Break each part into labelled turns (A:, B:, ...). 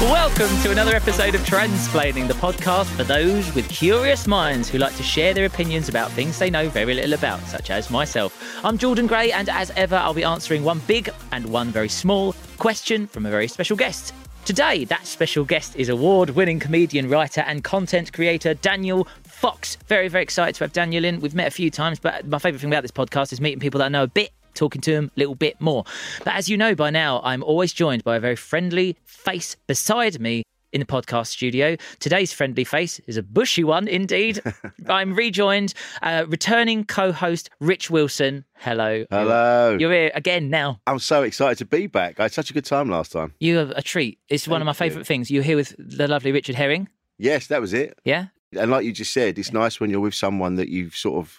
A: Welcome to another episode of Transplaining, the podcast for those with curious minds who like to share their opinions about things they know very little about, such as myself. I'm Jordan Gray, and as ever, I'll be answering one big and one very small question from a very special guest. Today, that special guest is award winning comedian, writer, and content creator Daniel Fox. Very, very excited to have Daniel in. We've met a few times, but my favourite thing about this podcast is meeting people that I know a bit talking to him a little bit more. But as you know by now, I'm always joined by a very friendly face beside me in the podcast studio. Today's friendly face is a bushy one indeed. I'm rejoined, uh, returning co host Rich Wilson. Hello.
B: Hello.
A: You're here again now.
B: I'm so excited to be back. I had such a good time last time.
A: You have a treat. It's one of my
B: Thank you.
A: favourite things. You're here with the lovely Richard Herring.
B: Yes, that was it.
A: Yeah?
B: And like you just said, it's nice when you're with someone that you sort of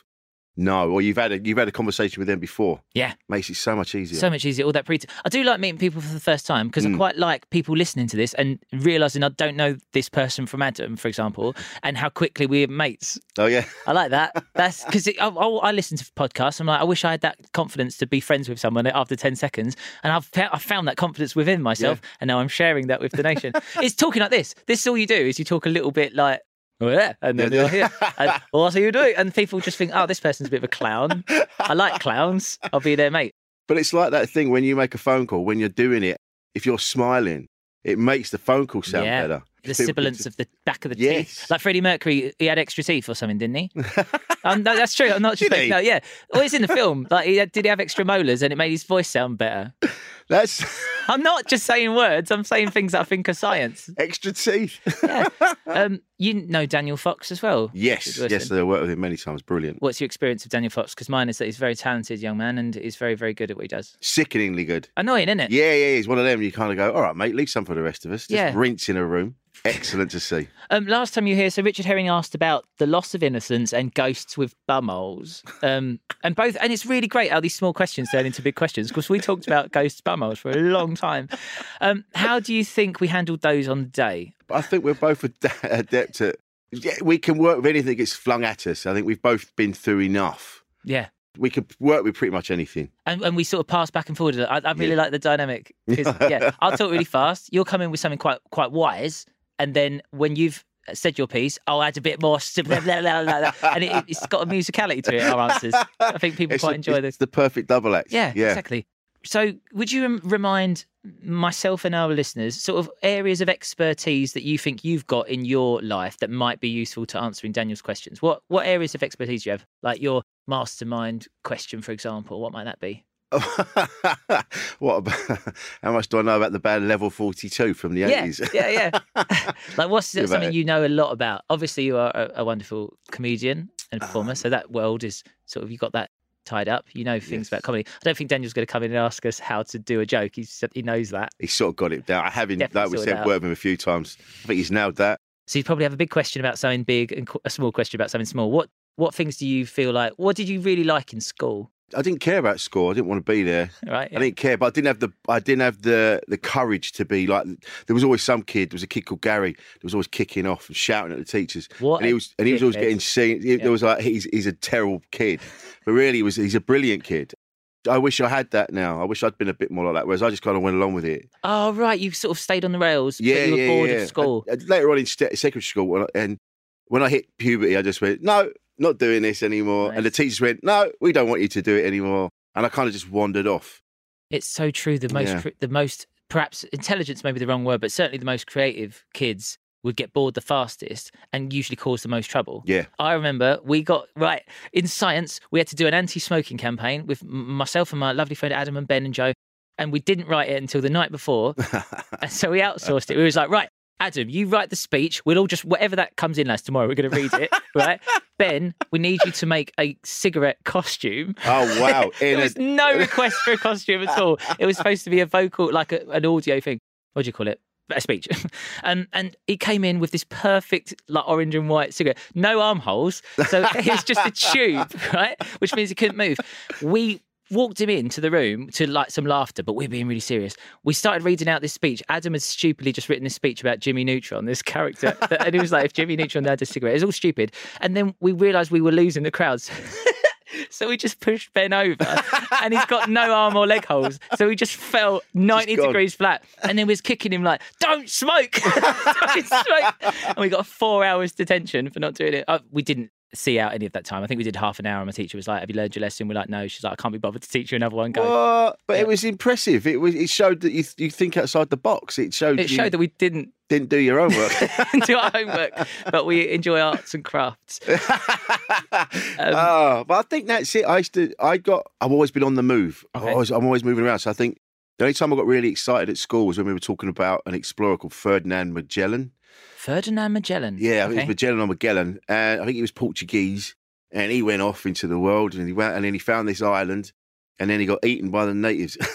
B: know or you've had a you've had a conversation with them before.
A: Yeah.
B: Makes it so much easier.
A: So much easier. All that pre. I do like meeting people for the first time because
B: Mm.
A: I quite like people listening to this and realizing I don't know this person from Adam, for example, and how quickly we're mates.
B: oh yeah.
A: I like that. That's because I, I, I listen to podcasts. I'm like, I wish I had that confidence to be friends with someone after ten seconds, and I've fou- I found that confidence within myself, and now I'm sharing that with the nation. it's talking like this. This is all you do is you talk a little bit like. Oh, yeah. And then
B: Yeah,
A: you're
B: yeah.
A: here. And well, that's what you do. And people just think, oh, this person's a bit of a clown. I like clowns. I'll be their mate.
B: But it's like that thing when you make a phone call, when you're doing it, if you're smiling, it makes the phone call sound
A: Yeah.
B: better.
A: The
B: People
A: sibilance
B: just-
A: of the back of the teeth.
B: Yes.
A: Like Freddie Mercury, he had extra teeth or something, didn't he? um, no, that's true. I'm not just
B: Did
A: making-
B: he?
A: no, yeah. Well, it's in the film. Like, he had, did he have extra molars and it made his voice sound better?
B: That's
A: I'm not just saying words. I'm saying things that I think are science.
B: extra teeth.
A: Yeah. Um, you know Daniel Fox as well.
B: yes.
A: Listen.
B: Yes, I worked with him many times. Brilliant.
A: What's your experience of Daniel Fox? Because mine is that he's a very talented young man and is very, very good at what he does.
B: Sickeningly good.
A: Annoying, isn't it?
B: Yeah, yeah, he's one of them. You kind of go, all right, mate, leave some for the rest of us. Just
A: Yeah.
B: rinse in a room. Excellent to see.
A: Um, last time you were here, so Richard Herring asked about the loss of innocence and ghosts with bumholes. Um, and both, and it's really great how these small questions turn into big questions because we talked about ghosts bumholes for a long time. Um, how do you think we handled those on the day?
B: But I think we're both ad- adept at. Yeah, we can work with anything that gets flung at us. I think we've both been through enough.
A: Yeah.
B: We could work with pretty much anything.
A: And, and we sort of pass back and forward. I, I really
B: Yeah.
A: like the dynamic. 'cause, yeah, I'll talk really fast. You'll come in with something quite quite wise, and then when you've said your piece, I'll add a bit more, st- blah, blah, blah, blah, blah. and it, it's got a musicality to it. Our answers. I think people
B: It's
A: quite
B: the-
A: enjoy this.
B: It's the perfect double act.
A: Yeah,
B: yeah.
A: exactly. So, would you rem- remind myself and our listeners sort of areas of expertise that you think you've got in your life that might be useful to answering Daniel's questions? What what areas of expertise do you have? Like your mastermind question, for example. What might that be?
B: what? About, how much do I know about the band Level Forty Two from the
A: yeah,
B: eighties?
A: yeah, yeah. like, what's
B: Think about
A: something
B: it.
A: you know a lot about? Obviously, you are a, a wonderful comedian and performer, so that world is sort of you got that tied up. You know things about
B: Yes.
A: comedy. I don't think Daniel's going to come in and ask us how to do a joke. He's, he knows that.
B: He sort of got it down. I haven't,
A: Definitely
B: like we
A: sorted
B: said,
A: out.
B: worked with him a few times. I think he's nailed that.
A: So you probably have a big question about something big and qu- a small question about something small. What what things do you feel like? What did you really like in school?
B: I didn't care about score. I didn't want to be there.
A: Right?
B: I didn't care, but I didn't have the I didn't have the the courage to be like. There was always some kid. There was a kid called Gary. that was always kicking off and shouting at the teachers.
A: What
B: and he
A: a
B: was and he was always
A: dickhead.
B: getting seen. He,
A: Yeah.
B: There was like he's he's a terrible kid, but really he was he's a brilliant kid. I wish I had that now. I wish I'd been a bit more like that. Whereas I just kind of went along with it.
A: Oh right, you sort of stayed on the rails. but
B: Yeah,
A: you were
B: yeah,
A: bored
B: yeah.
A: of school.
B: And- and later on in st- secondary school, when I, and when I hit puberty, I just went no, not doing this anymore. And the
A: Nice.
B: teachers went no, we don't want you to do it anymore. And I kind of just wandered off.
A: It's so true. The most
B: Yeah.
A: cre- the most perhaps intelligence may be the wrong word, but certainly the most creative kids would get bored the fastest and usually cause the most trouble.
B: Yeah.
A: I remember we got right in science. We had to do an anti-smoking campaign with m- myself and my lovely friend Adam and Ben and Joe, and we didn't write it until the night before, and so we outsourced it. We was like, right, Adam, you write the speech. We'll all just whatever that comes in as tomorrow. We're going to read it, right? Ben, we need you to make a cigarette costume.
B: Oh wow! In
A: There
B: a-
A: was no request for a costume at all. It was supposed to be a vocal, like a, an audio thing. What do you call it? A speech. um, and he came in with this perfect, like orange and white cigarette, no armholes. So it was just a tube, right? Which means he couldn't move. We walked him into the room to like some laughter, but we're being really serious. We started reading out this speech. Adam had stupidly just written this speech about Jimmy Neutron, this character. that- and he was like, if Jimmy Neutron had a cigarette, it's all stupid. And then we realized we were losing the crowds. So we just pushed Ben over and he's got no arm or leg holes. So he just fell 90
B: gone.
A: degrees flat. And then we was kicking him like, don't smoke! don't smoke! And we got four hours detention for not doing it. Uh, we didn't see out any of that time. I think we did half an hour and my teacher was like, have you learned your lesson? We're like, no. She's like, I can't be bothered to teach you another one. Go.
B: What? But it was impressive. It was. It showed that you you think outside the box. It showed.
A: It
B: you
A: showed that we didn't
B: didn't do your own work.
A: do our homework, but we enjoy arts and crafts.
B: Uh, oh, but I think that's it. I used to. I got. I've always been on the move. I
A: Okay.
B: always, I'm always moving around. So I think the only time I got really excited at school was when we were talking about an explorer called Ferdinand Magellan.
A: Ferdinand Magellan.
B: Yeah, I think it was
A: Okay.
B: Magellan or Magellan, and I think he was Portuguese, and he went off into the world, and he went, and then he found this island, and then he got eaten by the natives.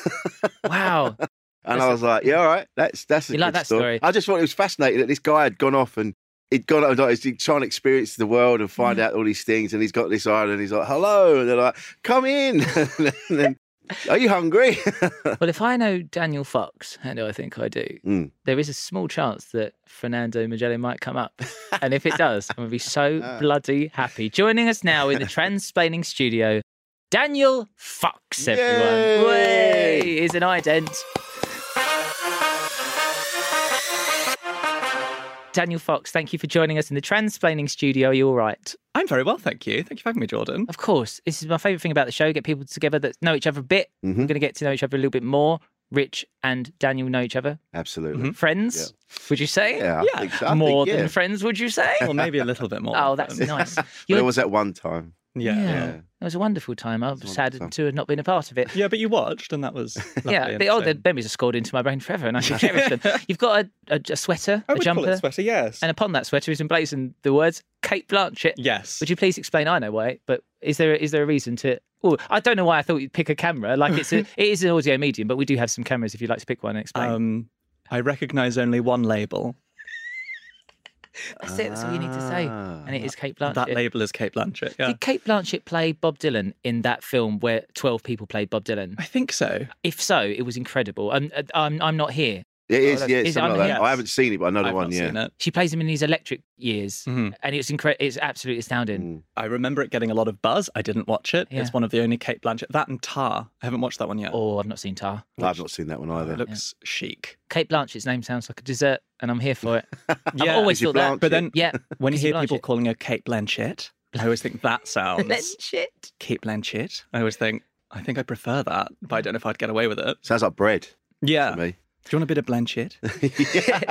A: Wow.
B: And
A: That's
B: I was like, yeah, all right, that's that's a
A: You
B: good
A: like that story?
B: I just thought it was fascinating that this guy had gone off and he'd gone out like, he's trying to experience the world and
A: Mm.
B: find out all these things. And he's got this island. He's like, hello, and they're like, come in. and then, are you hungry?
A: Well, if I know Daniel Fox, and I think I do,
B: Mm.
A: there is a small chance that Fernando Magellan might come up. And if it does, I'm going to be so bloody happy. Joining us now in the Transplaining Studio, Daniel Fox, everyone.
B: Yay!
A: Way! Is an ident. Daniel Fox, thank you for joining us in the Transplaining Studio. Are you all right?
C: I'm very well, thank you. Thank you for having me, Jordan.
A: Of course, this is my favourite thing about the show. Get people together that know each other a bit.
B: Mm-hmm.
A: We're going to get to know each other a little bit more. Rich and Daniel know each other. Mm-hmm.
B: Absolutely.
A: Friends, would you say?
B: Mm-hmm. Yeah, I
C: Yeah,
B: think so. I
A: More
B: think,
A: than
B: yeah.
A: friends, would you say?
C: Well, maybe a little bit more.
A: oh,
C: than-
A: that's nice.
B: There
A: You're-
B: was that one time.
C: yeah,
A: yeah.
C: yeah,
A: It was a wonderful time. I'm
B: was a
A: sad
B: wonderful time.
A: to have not been a part of it.
C: Yeah, but you watched, and that was lovely
A: Yeah,
C: and
A: the, oh,
C: so-
A: the memories are scored into my brain forever, and I should cherish them. You've got a, a, a sweater,
C: I
A: a
C: would
A: jumper,
C: call it sweater. Yes,
A: and upon that sweater is emblazoned the words Kate Blanchett.
C: yes.
A: Would you please explain? I know why, but is there is there a reason to? Oh, I don't know why I thought you'd pick a camera. Like it's a, it is an audio medium, but we do have some cameras if you'd like to pick one and explain.
C: Um, I recognise only one label.
A: that's it. That's all you need to say,
B: Ah.
A: and it is Kate Blanchett.
C: That label is Kate Blanchett. Yeah.
A: Did Kate Blanchett play Bob Dylan in that film where twelve people played Bob Dylan?
C: I think so.
A: If so, it was incredible. And uh, I'm I'm not here.
B: It is,
A: that's-
B: yeah,
A: is it
B: it's something
A: Oh, on
B: like
A: here?
B: that. I haven't seen it, but I know the
C: I've
B: one,
C: not
B: yeah.
C: seen it.
A: She plays him in his electric years,
C: Mhm.
A: and it's incre- It's absolutely astounding.
B: Mm.
C: I remember it getting a lot of buzz. I didn't watch it.
A: Yeah.
C: It's one of the only Kate Blanchett. That and Tar. I haven't watched that one yet.
A: Oh, I've not seen Tar.
B: I've not seen that
A: Oh,
B: one either.
C: it looks chic.
A: Kate Blanchett's name sounds like a dessert, and I'm here for it.
C: Yeah,
A: I've always
B: is it
A: thought that.
C: But then
A: Yeah,
C: when you
A: Kate
C: hear people
A: Blanchett.
C: calling her Kate Blanchett, I always think that sounds
A: Blanchett.
C: Kate Blanchett. I always think I think I prefer that, but I don't know if I'd get away with it.
B: Sounds like bread
C: Yeah.
A: Oh,
B: to me.
C: Do you want a bit of Blanchett?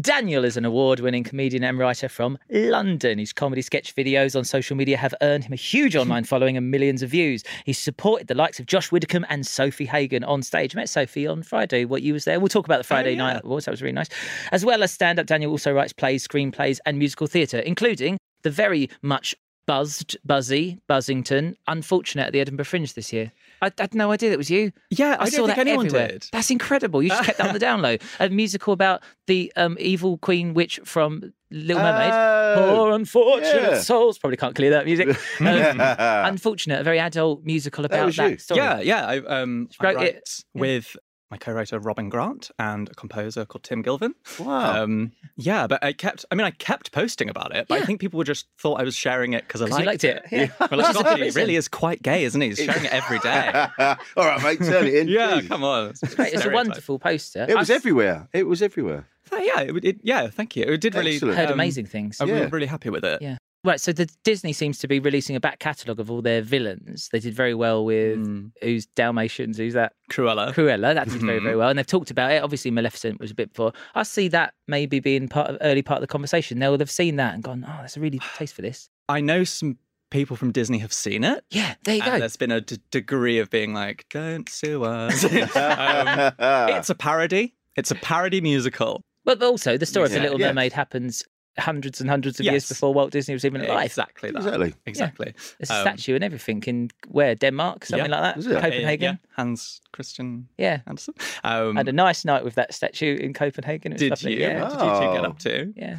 A: Daniel is an award winning comedian and writer from London. His comedy sketch videos on social media have earned him a huge online following and millions of views. He's supported the likes of Josh Widdicombe and Sophie Hagen on stage. I met Sophie on Friday, what you was there. We'll talk about the Friday
C: yeah.
A: night awards. That was really nice. As well as stand up, Daniel also writes plays, screenplays, and musical theatre, including the very much buzzed, buzzy Buzzington, unfortunate at the Edinburgh Fringe this year. I, I had no idea that was you.
C: Yeah, I,
A: I,
C: don't
A: saw
C: think
A: that
C: anyone
A: everywhere.
C: did.
A: That's incredible. You just kept that on the down low. A musical about the um, evil queen witch from Little Mermaid.
B: Oh.
A: Poor unfortunate
B: Yeah.
A: souls. Probably can't clear that music. Um,
B: Yeah.
A: unfortunate, a very adult musical about
B: was
A: that.
B: you.
A: story.
C: Yeah, yeah. I, um, I
A: Wrote
C: write
A: it.
C: with my co-writer Robin Grant and a composer called Tim Gilvin.
B: Wow.
C: Um, yeah, but I kept. I mean, I kept posting about it, but
A: Yeah.
C: I think people were just thought I was sharing it because I
A: 'Cause
C: liked,
A: you liked it. Yeah.
C: Well, like,
A: Which is a
C: God,
A: good
C: he
A: reason.
C: really is quite gay, isn't he? He's sharing it every day.
B: all right, mate, turn it in.
C: yeah,
B: please.
C: come on. It's
A: Great. It was a wonderful poster.
B: It was
A: I've
B: everywhere. It was everywhere.
C: yeah, it, it, yeah. Thank you. It did really.
B: Excellent.
C: Um,
A: heard amazing things.
C: I was
B: Yeah.
C: really happy with it.
A: Yeah. Right, so the Disney seems to be releasing a back catalogue of all their villains. They did very well with
C: Mm.
A: who's Dalmatians, who's that?
C: Cruella.
A: Cruella, that did very,
C: Mhm.
A: very well. And they've talked about it. Obviously, Maleficent was a bit before. I see that maybe being part of early part of the conversation. They would have seen that and gone, oh, that's a really good taste for this.
C: I know some people from Disney have seen it.
A: Yeah, there you
C: and
A: go.
C: There's been a d- degree of being like, don't sue us. um, it's a parody. It's a parody musical.
A: But also, the story of The
C: Yeah,
A: Little
B: yes.
A: Mermaid happens hundreds and hundreds of years
C: Yes.
A: before Walt Disney was even alive.
C: Exactly that.
B: Exactly.
C: Exactly.
A: There's a
C: Um,
A: statue and everything in where? Denmark? Something
C: yeah.
A: like
B: Is
A: that?
B: it? Yeah, yeah,
A: Copenhagen?
C: yeah. Hans Christian
A: Yeah.
C: Andersen. Um,
A: I had a nice night with that statue in Copenhagen. It was
C: did
A: lovely.
C: you?
A: Yeah.
C: What did you two get
B: Oh.
C: up to?
A: Yeah,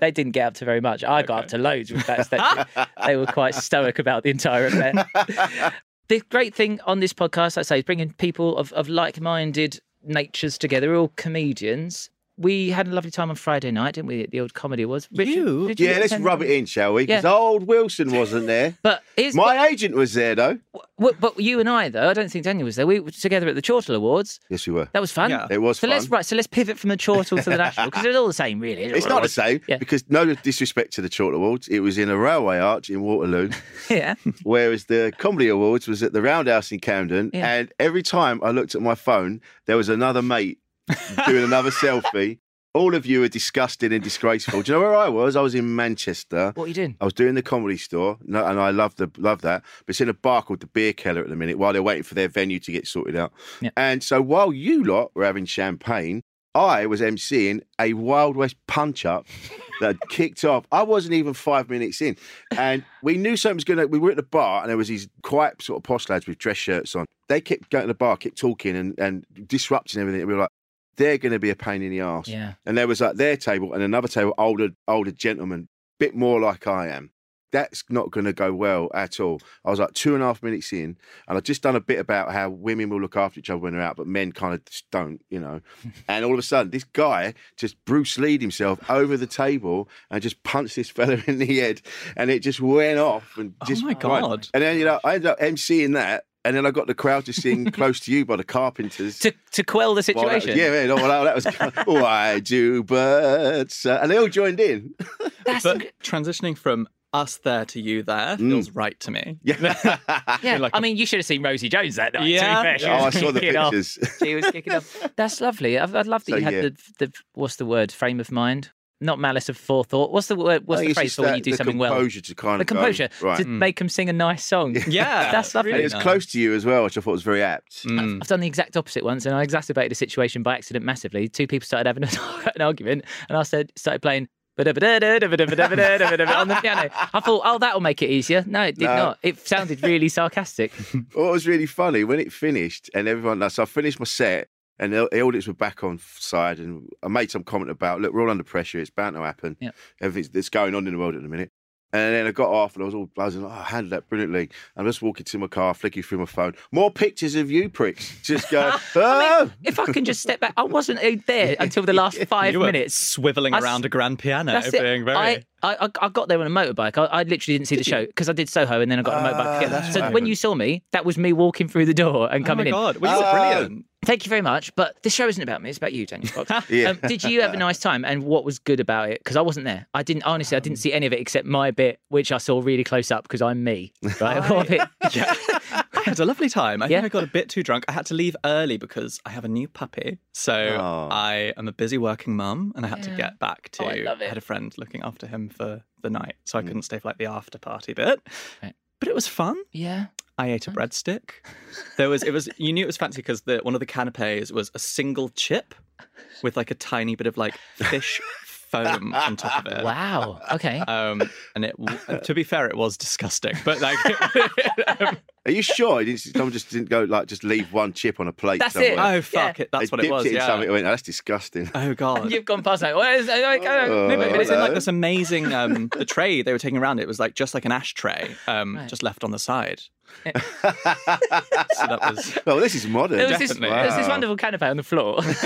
A: they didn't get up to very much. I got up to loads with that statue. they were quite stoic about the entire affair. the great thing on this podcast, I say, is bringing people of, of like minded natures together. We're all comedians. We had a lovely time on Friday night, didn't we? At the old comedy was.
C: You?
B: Yeah, let's rub it in, shall we? Because
A: Yeah.
B: old Wilson wasn't there.
A: But is
B: My agent was there, though.
A: but, but you and I though, I don't think Daniel was there. We were together at the Chortle Awards.
B: Yes, we were.
A: That was fun.
C: Yeah.
B: It was
A: So let's
B: fun.
A: right. So let's pivot from the Chortle to the National because it's all the same, really.
B: It's not the same
A: Yeah.
B: because no disrespect to the Chalk Awards, it was in a railway arch in Waterloo,
A: Yeah.
B: whereas the Comedy Awards was at the Roundhouse in Camden.
A: Yeah.
B: And every time I looked at my phone, there was another mate doing another selfie. All of you are disgusting and disgraceful. Do you know where I was? I was in Manchester.
A: What are you doing?
B: I was doing the comedy store, no, and I love the love that. But it's in a bar called the Beer Keller at the minute while they're waiting for their venue to get sorted out.
A: Yeah.
B: And so while you lot were having champagne, I was emceeing a Wild West punch up that had kicked off. I wasn't even five minutes in, and we knew something was going to. We were at the bar, and there was these quite sort of posh lads with dress shirts on. They kept going to the bar, kept talking and, and disrupting everything. And we were like, they're going to be a pain in the arse.
A: Yeah.
B: And there was like their table and another table, older older gentleman, bit more like I am. That's not going to go well at all. I was like two and a half minutes in, and I'd just done a bit about how women will look after each other when they're out, but men kind of just don't, you know. and all of a sudden, this guy just Bruce Lee'd himself over the table and just punched this fella in the head, and it just went off and
C: Oh
B: just
C: my
B: cried.
C: God.
B: And then you know, I ended up emceeing that, and then I got the crowd to sing "Close to You" by the Carpenters
A: To to quell the
B: well, that-
A: situation.
B: yeah, yeah, no, well, that was why do birds, uh, and they all joined in.
A: That's
C: But transitioning from us there to you there
B: Mm.
C: feels right to me.
B: Yeah,
A: Yeah,
C: like
A: I
C: a-
A: mean, you should have seen Rosie Jones that night.
C: Yeah.
A: to be fair. She
B: oh, I
A: was
B: saw the
A: kicking off.
B: pictures.
A: She was kicking off. That's lovely. I've, I'd love that
B: So,
A: you had
B: yeah.
A: the, the what's the word frame of mind, not malice of forethought. What's the word? What's
B: I
A: the
B: think it's
A: phrase
B: just
A: for when
B: that-
A: you do
B: the
A: something well?
B: composure to kind
A: The
B: of go,
A: composure
B: right?
A: to make them sing a nice song.
C: Yeah,
A: That's lovely.
B: and it was
C: nice.
B: close to you as well, which I thought was very apt.
C: Mm.
A: I've done the exact opposite once, and I exacerbated a situation by accident massively. Two people started having an, an argument, and I said started playing. ba-da-ba-da-da, da-ba-da-ba-da-ba-da-ba-da-ba-da On the piano, I thought, "Oh, that'll make it easier." No, it did
B: No.
A: not. It sounded really sarcastic.
B: What was really funny when it finished, and everyone, like, so I finished my set, and the, the audience were back on f- side, and I made some comment about, look, we're all under pressure, it's bound to happen,
A: Yeah.
B: everything that's going on in the world at the minute. And then I got off and I was all buzzing. Oh, I handled that brilliantly. I'm just walking to my car, flicking through my phone. More pictures of you pricks. Just go,
A: I
B: oh!
A: mean, if I can just step back, I wasn't uh, there until the last five
C: you were
A: minutes.
C: swiveling
A: I s-
C: around a grand piano,
A: That's it.
C: being very. Oh
A: I, I I got there on a motorbike. I, I literally didn't see the show because I did Soho and then I got on a motorbike.
B: Ah,
A: together.
B: that's
A: So
B: what
A: when
B: happened.
A: you saw me, that was me walking through the door and
C: oh my
A: coming in.
C: god, we were
B: Oh.
C: brilliant.
A: Thank you very much, but this show isn't about me. It's about you, Daniel Fox.
B: Yeah.
A: um, did you have a nice time? And what was good about it? Because I wasn't there. I didn't honestly. I didn't see any of it except my bit, which I saw really close up because I'm me. Right. What bit-
C: Yeah. I had a lovely time. I
A: Yeah.
C: think I got a bit too drunk. I had to leave early because I have a new puppy. So
B: Oh.
C: I am a busy working mum and I had
A: Yeah.
C: to get back to
A: Oh, I love it.
C: had a friend looking after him for the night. So I couldn't stay for like the after party bit.
A: Right.
C: But it was fun.
A: yeah.
C: I ate a breadstick. There was it was you knew it was fancy because the one of the canapes was a single chip with like a tiny bit of like fish foam on top of it.
A: Wow. Okay.
C: Um, and it w- to be fair, it was disgusting. But like, um,
B: Are you sure? You didn't, someone just didn't go, like, just leave one chip on a plate
A: That's
B: somewhere.
A: it.
C: oh fuck it, that's
B: they
C: what
B: dipped
C: it was.
B: in
C: yeah.
B: something. I went, "Oh, that's disgusting.
C: Oh god.
A: You've gone past that. What is, like, I don't-
C: No, but it was in like
B: hello.
C: this amazing um, the tray they were taking around. It was like just like an ashtray, um,
A: Right. Eh.
C: just left on the side. so that was
A: Oh,
B: Well, this is modern.
A: There was, this,
C: Definitely.
A: there was this
B: Wow.
A: wonderful canapé on the floor.
C: it was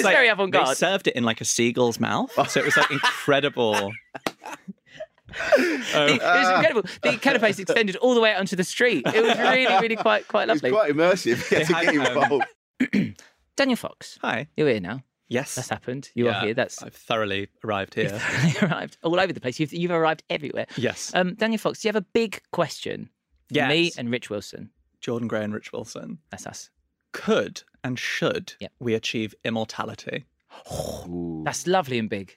A: It's
C: like
A: very
C: They
A: avant-garde.
C: served it in like a seagull's mouth, so it was like incredible.
A: it was incredible. The canapes extended all the way out onto the street. It was really, really quite, quite
B: It's
A: lovely.
B: quite immersive. You had to
C: They
B: get
C: had, um,
B: involved.
A: Daniel Fox,
C: Hi.
A: you're here now.
C: Yes.
A: That's happened. You
C: Yeah,
A: are here. That's
C: I've thoroughly arrived here.
A: you've arrived all over the place. You've, you've arrived everywhere.
C: yes.
A: Um, Daniel Fox, do you have a big question? for
C: yes.
A: Me and Rich Wilson.
C: Jordan Gray and Rich Wilson
A: That's us.
C: could and should
A: Yep.
C: we achieve immortality?
B: Ooh, that's,
A: That's lovely and big.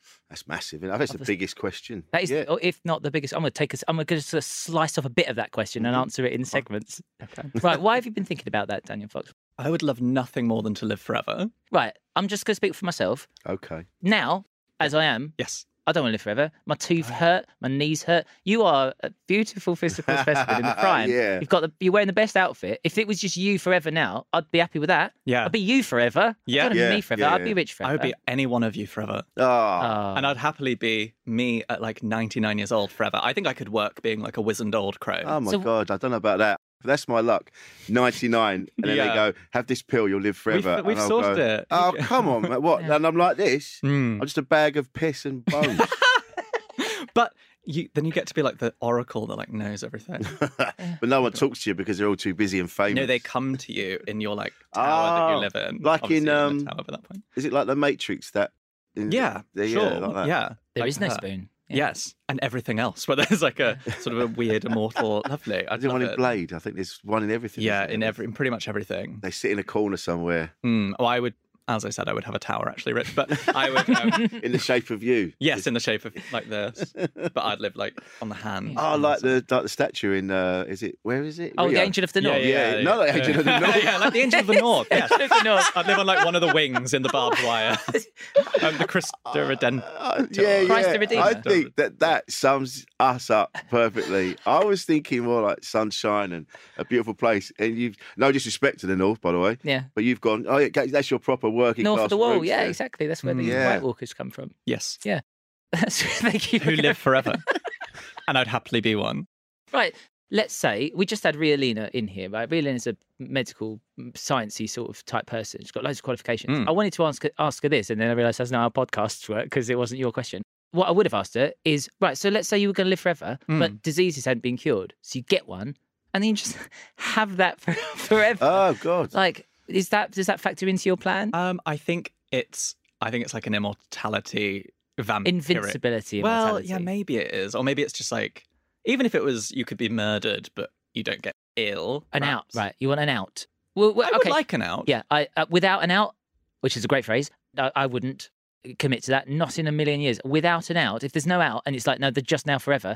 B: massive. I think that's the
A: Obviously.
B: biggest question.
A: That is,
B: yeah.
A: oh, if not the biggest. I'm going to take us. I'm going to just sort of slice off a bit of that question and answer it in segments.
C: Okay.
A: right. Why have you been thinking about that, Daniel Fox?
C: I would love nothing more than to live forever.
A: Right. I'm just going to speak for myself
B: Okay.
A: now. As I am,
C: Yes.
A: I don't want to live forever. My tooth hurt. My knees hurt. You are a beautiful physical specimen in the prime.
B: Yeah.
A: You've got the. You're wearing the best outfit. If it was just you forever now, I'd be happy with that.
C: Yeah.
A: I'd be you forever.
C: Yeah.
A: I'd
B: Yeah,
A: be me forever.
B: yeah,
A: I'd be
B: yeah.
A: rich forever.
C: I would be any one of you forever.
B: Ah,
A: Ah.
C: And I'd happily be me at like 99 years old forever. I think I could work being like a wizened old crow.
B: oh my
A: So-
B: God. I don't know about that. That's my luck. 99. And then
C: Yeah.
B: they go, have this pill, you'll live
C: We've-
B: forever.
C: We've,
B: and I'll
C: sorted
B: go,
C: it.
B: Oh, come on. mate, What?
A: Yeah.
B: And I'm like this.
C: Mm.
A: Hmm.
B: I'm just a bag of piss and bones.
C: But you, then you get to be like the oracle that like knows everything.
B: but no one talks to you because they're all too busy and famous.
C: no, they come to you in your like tower
B: Oh,
C: that you live in.
B: like
C: Obviously,
B: in,
C: you're
B: um,
C: a tower by that point.
B: Is it like the Matrix that? in-
C: Yeah,
B: the-
C: sure.
B: Yeah, like that.
C: yeah.
A: There
C: like
A: is no
C: her.
A: spoon.
C: Yes, and everything else where there's like a sort of a weird immortal, lovely. I
B: I did
C: didn't
B: one
C: want
B: in
C: to
B: Blade. I think there's one in everything.
C: Yeah,
B: isn't
C: in
B: there?
C: every, in pretty much everything.
B: They sit in a corner somewhere
C: Mm, well, I would, as I said, I would have a tower actually, Rich. But I would, um,
B: in the shape of you.
C: yes, in the shape of like this. But I'd live like on the hand.
A: Ah,
B: Oh, like the like the statue in uh, is it where is it?
A: Oh, the
B: Rio.
A: Angel of the
C: Yeah,
A: North.
C: yeah, yeah,
B: Yeah, no, like Angel of the North.
C: yeah, like the Angel of the North. Yeah.
A: Angel of the North.
C: I'd live on like one of the wings in the barbed wire. um,
A: Ah.
C: the Christa Reden-
B: Uh, yeah,
A: Christ
B: yeah.
A: the Redeemer.
B: I think that that sums us up perfectly. I was thinking more like sunshine and a beautiful place. And you've no disrespect to the north, by the way,
A: Yeah.
B: but you've gone. Oh, yeah, that's your proper working
A: North of
B: class
A: the Wall.
B: roots
A: Yeah,
B: there.
A: exactly. That's where the
C: Mm.
B: Yeah.
A: White Walkers come from.
C: Yes,
A: That's where they keep
C: who
A: going.
C: live forever, and I'd happily be one.
A: Right. Let's say we just had Rialina in here, right? Rialina's a medical, mm, sciencey sort of type person. She's got loads of qualifications.
C: Mm.
A: I wanted to ask her, ask her this, and then I realised that's not how podcasts work because it wasn't your question. What I would have asked her is, right, so let's say you were going to live forever,
C: Hmm.
A: but diseases hadn't been cured. So you get one, and then you just have that for, forever.
B: Oh God.
A: like, is that does that factor into your plan?
C: Um, Uh. I think it's, I think it's like an immortality vampiric.
A: Invincibility.
C: Well,
A: immortality.
C: yeah, maybe it is, or maybe it's just like, even if it was, you could be murdered, but you don't get ill.
A: An out,
C: perhaps.
A: right? You want an out? Well, well,
C: I would
A: okay.
C: like an out.
A: Yeah, I uh, without an out, which is a great phrase. I, I wouldn't commit to that. Not in a million years. Without an out, if there's no out, and it's like no, they're just now forever.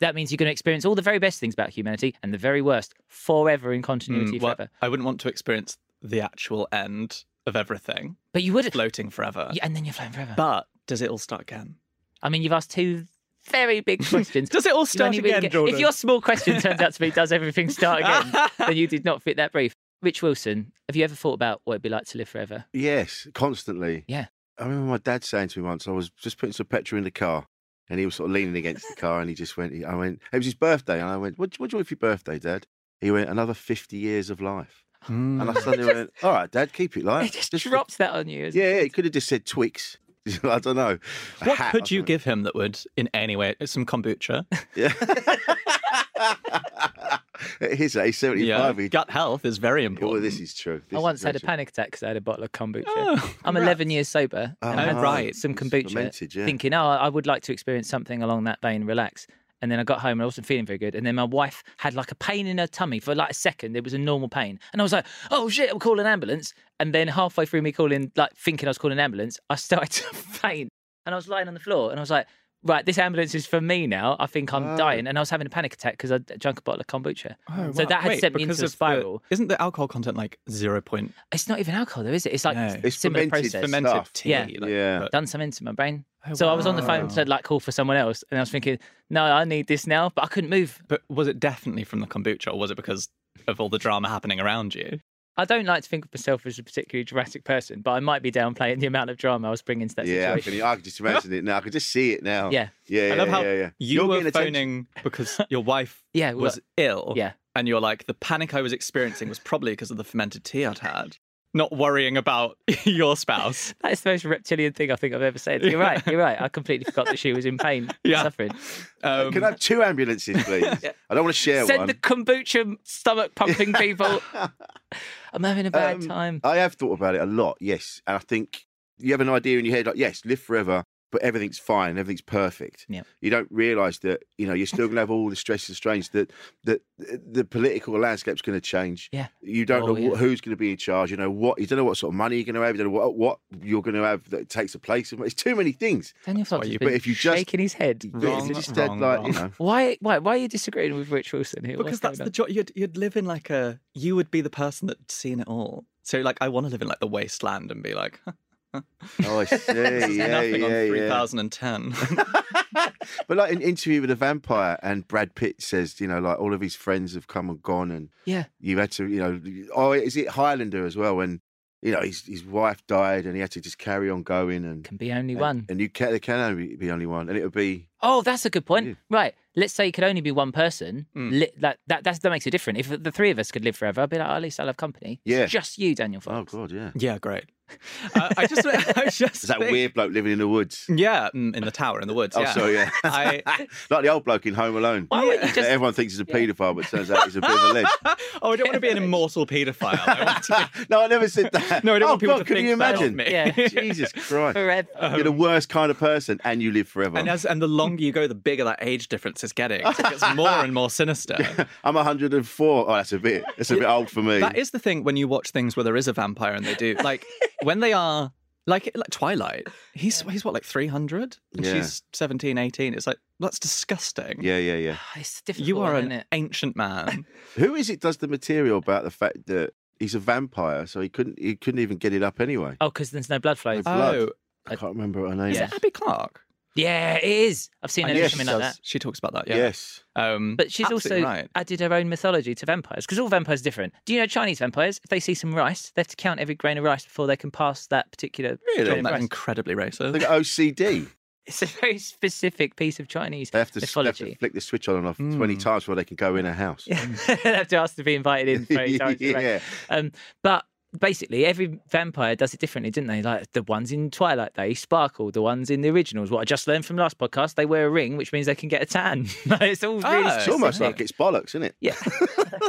A: That means you're going to experience all the very best things about humanity and the very worst forever in continuity
C: Mm, well,
A: forever.
C: I wouldn't want to experience the actual end of everything,
A: But you would,
C: floating forever.
A: yeah, and then you're flying forever.
C: But does it all start again?
A: I mean, you've asked two very big questions.
C: Does it all
A: You
C: start
A: only really
C: again,
A: get-
C: Jordan?
A: If your small question turns out to be does everything start again, then you did not fit that brief. Rich Wilson, have you ever thought about what it'd be like to live forever?
B: Yes, constantly.
A: Yeah.
B: I remember my dad saying to me once, I was just putting some petrol in the car and he was sort of leaning against the car and he just went, he- I went, it was his birthday. And I went, what, do- what do you want for your birthday, dad? He went, another 50 years of life.
C: Hmm.
B: And I suddenly went, all right, dad, keep it
C: Uh,
A: I
B: light.
A: Mm. just
B: Just-
A: dropped that on you.
B: Yeah, yeah, he could have just said Twix. I don't know. a
C: what
B: hat
C: could
B: or
C: you
B: something.
C: give him that would, in any way, some kombucha?
B: Yeah. At his age, 75. he-
C: gut health is very important.
B: Oh, this is true. This
A: I
B: is
A: once had a
B: true.
A: panic attack because I had a bottle of kombucha.
C: Oh,
A: I'm
C: congrats.
A: 11 years sober. and I
C: Oh,
A: had
C: right.
A: Some
B: It's
A: kombucha.
B: fermented, yeah.
A: Thinking, oh, I would like to experience something along that vein, relax. And then I got home and I wasn't feeling very good. And then my wife had like a pain in her tummy for like a second. It was a normal pain. And I was like, oh shit, I'll call an ambulance. And then halfway through me calling, like thinking I was calling an ambulance, I started to faint. And I was lying on the floor and I was like, right, this ambulance is for me now. I think I'm
B: Oh.
A: dying. And I was having a panic attack because I drank a bottle of kombucha.
C: Oh,
A: So
C: wow.
A: that had
C: Wait,
A: sent me
C: because
A: into a
C: of the-
A: spiral.
C: isn't the alcohol content like zero point
A: It's not even alcohol, though, is it? It's like
C: No.
B: It's
A: similar
B: fermented
A: process.
C: fermented
B: Stuff.
C: tea?
A: Yeah.
C: like,
B: Yeah.
C: but-
A: done something to my brain.
C: Uh, Oh,
A: so I was on the phone
C: wow.
A: to like call for someone else, and I was thinking, no, I need this now, but I couldn't move.
C: But was it definitely from the kombucha, or was it because of all the drama happening around you?
A: I don't like to think of myself as a particularly dramatic person, but I might be downplaying the amount of drama I was bringing to that
B: Yeah, I
A: situation.
B: can, I can just imagine it now. I can just see it now.
A: Yeah.
B: Yeah, yeah,
C: I love how
B: yeah, yeah.
C: you
B: You're
C: were
B: getting attention.
C: phoning because your wife
A: Yeah,
C: was ill.
A: yeah.
C: And you're like, the panic I was experiencing was probably because of the fermented tea I'd had. Not worrying about your spouse.
A: That is the most reptilian thing I think I've ever said. You're right. You're right. I completely forgot that she was in pain,
C: Yeah.
A: suffering.
C: Um,
B: Can I have two ambulances, please? I don't want to share
A: Send
B: one.
A: the kombucha stomach pumping people. I'm having a bad
B: Um,
A: time.
B: I have thought about it a lot, yes. And I think you have an idea in your head like, yes, live forever, but everything's fine, everything's perfect.
A: Yep.
B: You don't realise that you know you're still going to have all the stress and strains that that the political landscape's going to change.
A: Yeah.
B: You don't
A: Oh,
B: know wh-
A: yeah.
B: who's going to be in charge. You know what? You don't know what sort of money you're going to have. You don't know what what you're going to have that takes the place. of It's too many things.
A: Daniel Fox
C: you-
A: has
C: but
A: been
B: if you just-
A: shaking his head.
B: Yeah,
C: Wrong,
B: it's just that,
C: wrong,
B: like, you
C: wrong.
B: know,
A: Why, why, why are you disagreeing with Rich Wilson here?
C: Because
A: What's
C: that's
A: going
C: the job. You'd, you'd live in like a. You would be the person that's seen it all. So, like, I want to live in like the wasteland and be like,
B: oh, I see. yeah,
C: nothing
B: yeah,
C: on
B: yeah.
C: 3010.
B: But like an interview with a vampire, and Brad Pitt says, you know, like all of his friends have come and gone, and
A: Yeah.
B: you had to, you know, oh, is it Highlander as well? When you know his his wife died, and he had to just carry on going, and
A: Can be only
B: and,
A: one.
B: and you can there can only be only one, and it would be
A: Oh, that's a good point.
B: Yeah.
A: Right. Let's say it could only be one person.
C: Mm.
A: Li- that, that, that's, that makes it different. If the three of us could live forever, I'd be like, oh, at least I'll have company. It's
B: Yeah.
A: just you, Daniel
B: oh
A: Fox.
B: god, yeah,
C: yeah, great. Uh, I just. I just
B: is that
C: think-
B: weird bloke living in the woods?
C: Yeah, mm, in the tower in the woods.
B: Oh,
C: yeah.
B: sorry, yeah,
C: I,
B: like the old bloke in Home Alone.
A: Why would
B: that
A: you just.
B: Everyone thinks he's a paedophile, but turns out he's a bit of a ledge.
C: oh, I don't want to be an immortal paedophile. I want to
B: no, I never said that.
C: be, no, I don't
B: oh,
C: want people
B: God,
C: to
B: can
C: think
B: you imagine?
C: that of me.
A: Yeah.
B: Jesus Christ.
A: Forever.
B: You're the worst kind of person, and you live forever.
C: And as and the longer you go, the bigger that age difference is getting. It gets more and more sinister.
B: I'm 104. Oh, that's a bit. That's a bit old for me.
C: That is the thing when you watch things where there is a vampire and they do like when they are like, like Twilight. He's he's what like 300 and
B: Yeah.
C: she's 17, 18. It's like that's disgusting.
B: yeah, yeah, yeah.
A: Oh, It's difficult.
C: You are
A: isn't
C: an
A: it?
C: ancient man.
B: Who is it? Does the material about the fact that he's a vampire, so he couldn't. He couldn't even get it up anyway.
A: Oh, because there's no blood flow.
B: With blood.
C: oh,
B: I can't remember her name.
C: is
A: Yeah.
C: it Abby Clark?
A: yeah, it is. I've seen her do
B: Yes,
A: something
B: she
A: like
B: does.
A: that.
C: She talks about that. Yeah.
B: Yes.
C: Um,
A: But she's also
C: absolutely right.
A: added her own mythology to vampires because all vampires are different. Do you know Chinese vampires? If they see some rice, they have to count every grain of rice before they can pass that particular.
B: Really?
A: grain
C: John,
A: of
C: that's
A: rice.
C: incredibly
B: They
C: racist.
B: got OCD.
A: It's a very specific piece of Chinese
B: They have to, they have to
A: mythology. Hmm.
B: flick the switch on and off
C: Mm.
B: 20 times before they can go in a house.
A: Yeah, they Um, have to ask to be invited in. For eight times, right?
B: yeah.
A: Um, but basically, every vampire does it differently, didn't they? Like the ones in Twilight, they sparkle. The ones in the originals, what I just learned from last podcast, they wear a ring, which means they can get a tan. Like, it's all really.
C: Oh.
B: It's almost
A: specific.
B: like it's bollocks, isn't it?
A: Yeah.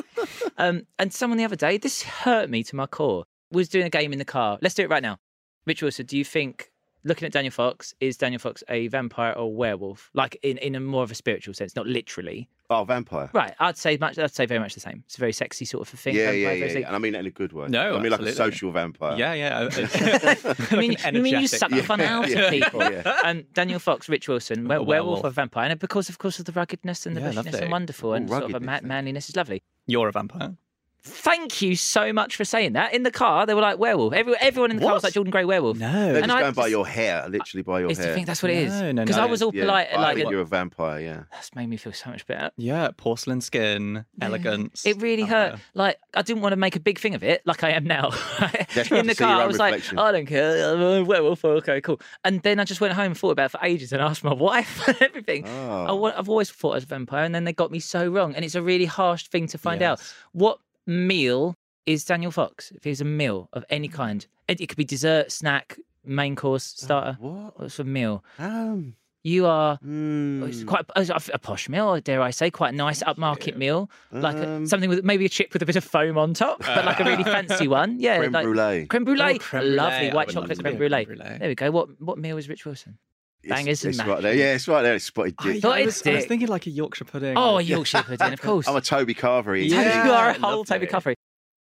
A: um, and someone the other day, this hurt me to my core, was doing a game in the car. Let's do it right now. Rich Wilson, do you think, looking at Daniel Fox, is Daniel Fox a vampire or werewolf? Like in, in a more of a spiritual sense, not literally.
B: Oh, vampire.
A: Right. I'd say much. I'd say very much the same. It's a very sexy sort of a thing.
B: Yeah,
A: vampire,
B: yeah, yeah,
A: very
B: yeah.
A: sexy.
B: And I mean that in a good way.
C: No,
B: I mean like a
C: absolutely.
B: social vampire.
C: Yeah, yeah.
A: You mean,
C: Like an
A: you mean you
C: energetic
A: suck the fun
B: vampire.
A: out
B: Yeah,
A: of people?
B: yeah.
A: Um, Daniel Fox, Rich Wilson, were-
C: A
A: werewolf.
C: werewolf.
A: or vampire, and because of course of the ruggedness and the
C: Yeah,
A: bushiness
C: lovely.
A: and wonderful and sort of a
B: ruggedness,
A: ma-
B: yeah.
A: manliness is lovely.
C: You're a vampire.
A: Thank you so much for saying that. In the car, they were like werewolf. Every, everyone in the car was
C: What?
A: like Jordan Grey werewolf.
B: They're
C: No.
A: And
B: just
A: I
B: going by
A: just-
B: your hair, literally by your
A: It's the
B: hair.
A: thing. That's what it is.
C: No, no,
A: Because I
C: no.
A: was all
B: Yeah,
A: polite.
B: I
A: like
B: think you're a vampire, yeah.
A: that's made me feel so much better.
C: Yeah, porcelain skin, elegance.
A: It really
B: Oh,
C: out
A: hurt.
C: there.
A: Like I didn't want to make a big thing of it, like I am now. in the
B: see your
A: car, I
B: own
A: was
B: E reflection.
A: like, I don't care. I'm a werewolf. Okay, cool. And then I just went home and thought about it for ages and asked my wife and everything. I
B: Oh.
A: wa- I've always thought I was a vampire, and then they got me so wrong. And it's a really harsh thing to find out.
C: Yes.
A: What meal is Daniel Fox? If it's a meal of any kind, it, it could be dessert, snack, main course,
B: Uh-huh.
A: starter.
B: What?
A: What's a meal?
B: Um,
A: You are
B: mm,
A: Oh, it's quite a, a- a posh meal, dare I say, quite a nice upmarket meal, like a-
B: Um, Uh.
A: something with maybe a chip with a bit of foam on top, but like a really fancy one. Yeah,
B: creme
A: uh, like
B: brulee.
A: creme brulee,
C: Oh, creme
A: a
C: brulee.
A: lovely
C: I
A: white
C: would love
A: chocolate
C: to
A: creme
C: do a
A: brulee.
C: creme brulee.
A: There we go. What what meal is Rich Wilson? Bangers and
B: it's, it's
A: mash.
B: right there. Yeah, it's right there. It's spotted.
C: I,
A: thought
C: I, was, I was
A: it's-
C: thinking like a Yorkshire pudding.
A: Oh, a Yorkshire pudding, of course.
B: I'm a Toby Carver. eater.
C: Yeah.
A: you are a whole
C: lovely.
A: Toby Coffrey.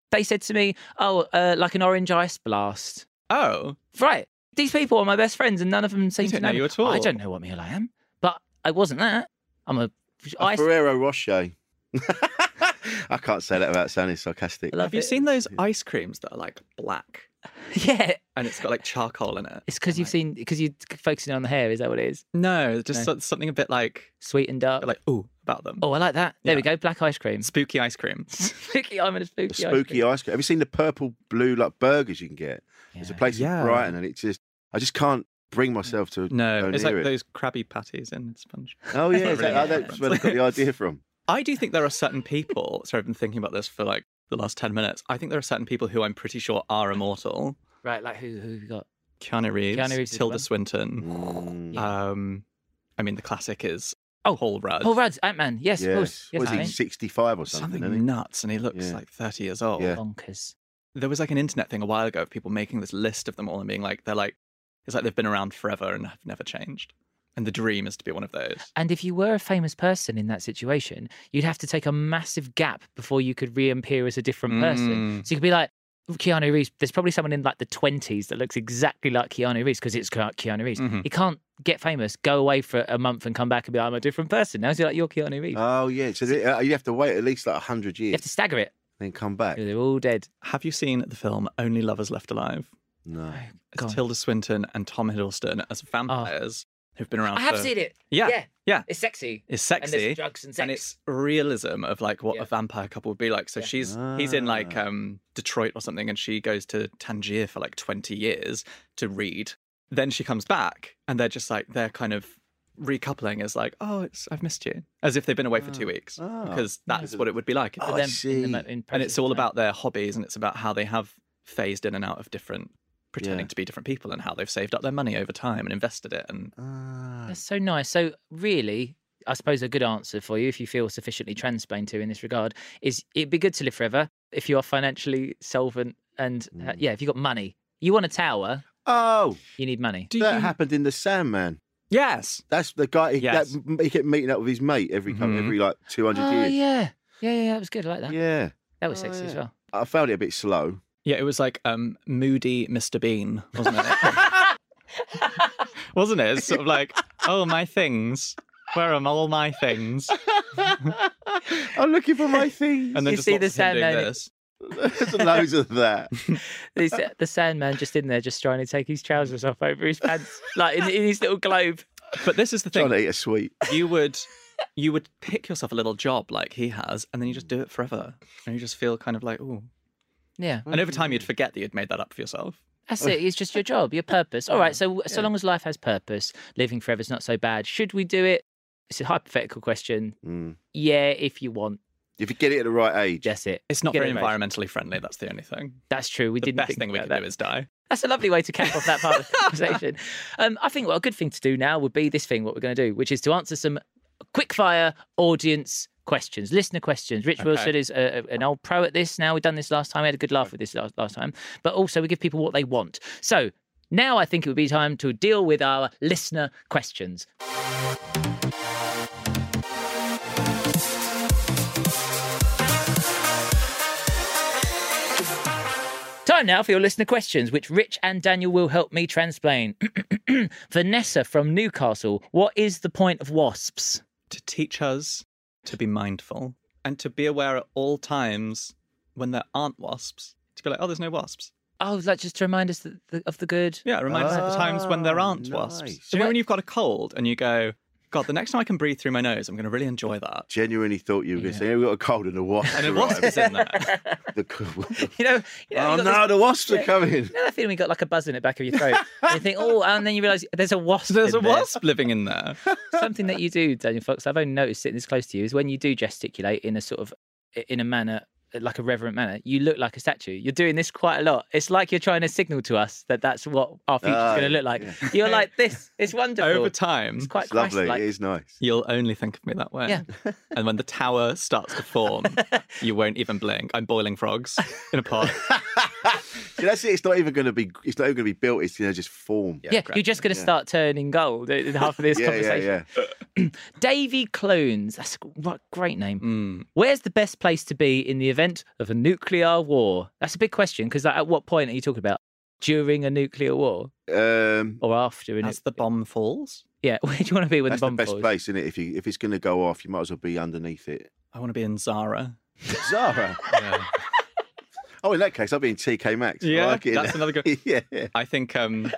A: They said to me, "Oh, uh, like an orange ice blast."
C: oh,
A: Right, these people are my best friends, and none of them seem
C: don't
A: to know
C: know
A: me.
C: you at all.
A: I don't know what meal I am, but I wasn't that. I'm a
B: A
A: ice.
B: Ferrero Rocher. I can't say that without sounding sarcastic.
A: I love
C: have you
A: it.
C: seen those ice creams that are like black
A: Yeah,
C: and it's got like charcoal in it?
A: It's because you've seen because you're focusing on the hair. Is that what it is?
C: No, just so- something a bit like
A: Sweet and dark.
C: like ooh about them.
A: oh, I like that. There we go. Black ice cream.
C: Spooky ice cream.
A: Spooky. I'm in a spooky.
B: The
A: ice
B: spooky
A: cream.
B: ice cream. Have you seen the purple blue like burgers you can get? There's a place
C: Yeah.
B: in Brighton, and it's just I just can't bring myself to
A: Mm.
C: No,
B: go
C: it's like
B: near it.
C: those Krabby Patties in sponge.
B: Oh yeah, is
C: Not
B: that,
C: really.
B: oh, that's where I got the idea from.
C: I do think there are certain people. Sorry, I've been thinking about this for like the last ten minutes. I think there are certain people who I'm pretty sure are immortal.
A: Right. Like who? Who we got?
C: Keanu Reeves,
A: Keanu Reeves is
C: Tilda
A: one.
C: Swinton.
B: Mm,
A: Yeah.
C: Um, I mean, the classic is
A: Oh,
C: Paul Rudd.
A: Paul Rudd, Ant Man. Yes, of course.
B: Uh, yes.
A: Yes,
B: Was
A: I
B: he
A: mean.
B: 65 or something?
C: Something
B: isn't he?
C: nuts, and he looks
B: Yeah.
C: like 30 years old.
B: Yeah.
A: Bonkers.
C: There was like an internet thing a while ago of people making this list of them all and being like, they're like It's like they've been around forever and have never changed. And the dream is to be one of those.
A: And if you were a famous person in that situation, you'd have to take a massive gap before you could reappear as a different person.
B: Mm.
A: So you could be like, Keanu Reeves, there's probably someone in like the 20s that looks exactly like Keanu Reeves because it's Ke- Keanu Reeves.
B: Mm-hmm.
A: He can't get famous, go away for a month and come back and be like, I'm a different person. Now he's like, you're Keanu Reeves.
B: Oh yeah, so they, uh, you have to wait at least like hundred
A: you
B: years,
A: have to stagger it.
B: then come back.
A: They're all dead.
C: Have you seen the film Only Lovers Left Alive?
B: No,
C: It's
A: God.
C: Tilda Swinton and Tom Hiddleston as vampires who've been around.
A: Ah. I have
C: for-
A: seen it.
C: Yeah,
A: Yeah.
C: yeah.
A: It's sexy.
C: It's
A: And
C: sexy.
A: there's drugs and sex.
C: and it's realism of like what
A: Yeah.
C: a vampire couple would be like. So
A: Yeah.
C: she's he's in like
B: Ah.
C: um Detroit or something, and she goes to Tangier for like twenty years to read. Then she comes back, and they're just like they're kind of recoupling as like, oh, it's I've missed you, as if they've been away for two
B: Ah.
C: weeks,
B: Ah.
C: because that's what it would be like.
B: Oh,
A: For
B: I
A: them in the mo-
B: see.
A: in
C: and it's
A: present
C: all
A: time.
C: about their hobbies, and it's about how they have phased in and out of different, pretending
B: Yeah.
C: to be different people, and how they've saved up their money over time and invested it. And
B: Ah.
A: That's so nice. So, really, I suppose a good answer for you, if you feel sufficiently transplained to in this regard, is it'd be good to live forever if you are financially solvent and
B: Mm.
A: uh, yeah, if you've got money. You want a tower,
B: oh,
A: you need money.
C: do
B: that
C: you?
B: happened in the Sandman.
C: yes,
B: That's the guy. He,
C: Yes.
B: that, he kept meeting up with his mate every couple-
C: Mhm.
B: every like two hundred
A: Oh,
B: years.
A: yeah. Yeah, yeah, that was good. I like that.
B: Yeah.
A: That was
B: Oh,
A: sexy as
B: yeah.
A: well.
B: I found it a bit slow.
C: Yeah, it was like um, moody Mr. Bean, wasn't it? wasn't it? It's sort of like, oh, my things. Where are all my things?
B: I'm looking for my things.
C: And then
A: You
C: just
A: see
C: lots
A: the
C: of him doing
A: Sandman-
C: this.
B: There's loads of that.
A: He's, uh, the Sandman just in there, just trying to take his trousers off over his pants, like in, in his little globe.
C: But this is the
B: Trying
C: thing:
B: to eat a sweet.
C: you would, you would pick yourself a little job like he has, and then you just do it forever, and you just feel kind of like, ooh.
A: Yeah,
C: And over time, you'd forget that you'd made that up for yourself.
A: that's it. It's just your job, your purpose. All right. So, so long as life has purpose, living forever is not so bad. Should we do it? It's a hypothetical question.
B: Mm.
A: Yeah, if you want.
B: If you get it at the right age.
A: That's it.
C: It's not
A: Get
C: very
A: it right.
C: environmentally friendly. That's the only thing.
A: That's true. We
C: The
A: didn't
C: best
A: think
C: thing we
A: about
C: could
A: that.
C: do is die.
A: That's a lovely way to cap off that part of the conversation. Um, I think well, a good thing to do now would be this thing. What we're going to do, which is to answer some quickfire audience questions, listener questions. Rich Wilson is a, a- an old pro at this. Now we've done this last time. We had a good laugh with this last, last time. But also we give people what they want. So now I think it would be time to deal with our listener questions. Time now for your listener questions, which Rich and Daniel will help me transplain. Vanessa from Newcastle, what is the point of wasps?
C: to teach us to be mindful and to be aware at all times when there aren't wasps. To be like, oh, there's no wasps.
A: Oh, like just to remind us th- th- of the good.
C: Yeah, it reminds us of the times when there
B: Oh,
C: aren't wasps.
B: nice.
C: So you know when you've got a cold and you go, God, the next time I can breathe through my nose, I'm going to really enjoy that.
B: Genuinely thought you were going to say, "Yeah, we got a cold and a wasp."
C: And a
B: arrived."
C: wasp is in there.
B: The co-
A: You know, you know,
B: oh
A: you got
B: no,
A: this-
B: the wasps
A: Yeah.
B: are coming.
A: you know that feeling we got like a buzz in the back of your throat. and you think, oh, and then you realise there's a wasp.
C: So there's a
A: in there.
C: wasp living in there.
A: Something that you do, Daniel Fox, I've only noticed sitting this close to you, is when you do gesticulate in a sort of in a manner like a reverent manner, you look like a statue. You're doing this quite a lot. It's like you're trying to signal to us that that's what our future's
B: Ah,
A: going to look like.
B: yeah.
A: You're like this. It's wonderful.
C: Over time,
A: it's quite
B: It's lovely.
A: Christ-like.
B: It is nice.
C: you'll only think of me that way.
A: Yeah.
C: And when the tower starts to form, you won't even blink. I'm boiling frogs in a pot.
B: See, that's it. It's not even going to be. It's not even going to be built. It's you know just form.
A: Yeah, you're just going to start turning gold in half of this
B: yeah, yeah,
A: conversation.
B: yeah.
A: Davy Clones. That's a g- what a great name.
C: Mm.
A: Where's the best place to be in the event of a nuclear war? That's a big question because at what point are you talking about? During a nuclear war
B: Um,
A: or after? A nu-
C: As the bomb falls,
A: yeah, where do you want to be when
B: that's
A: the
B: the
A: bomb
B: best
A: falls?
B: place, isn't it? If you if it's going to go off, you might as well be underneath it.
C: I want to be in Zara.
B: Zara. Oh, in that case, I'll be in TK Maxx. I
C: Yeah,
B: like it in
C: that's
B: there.
C: another good.
B: yeah.
C: I think um,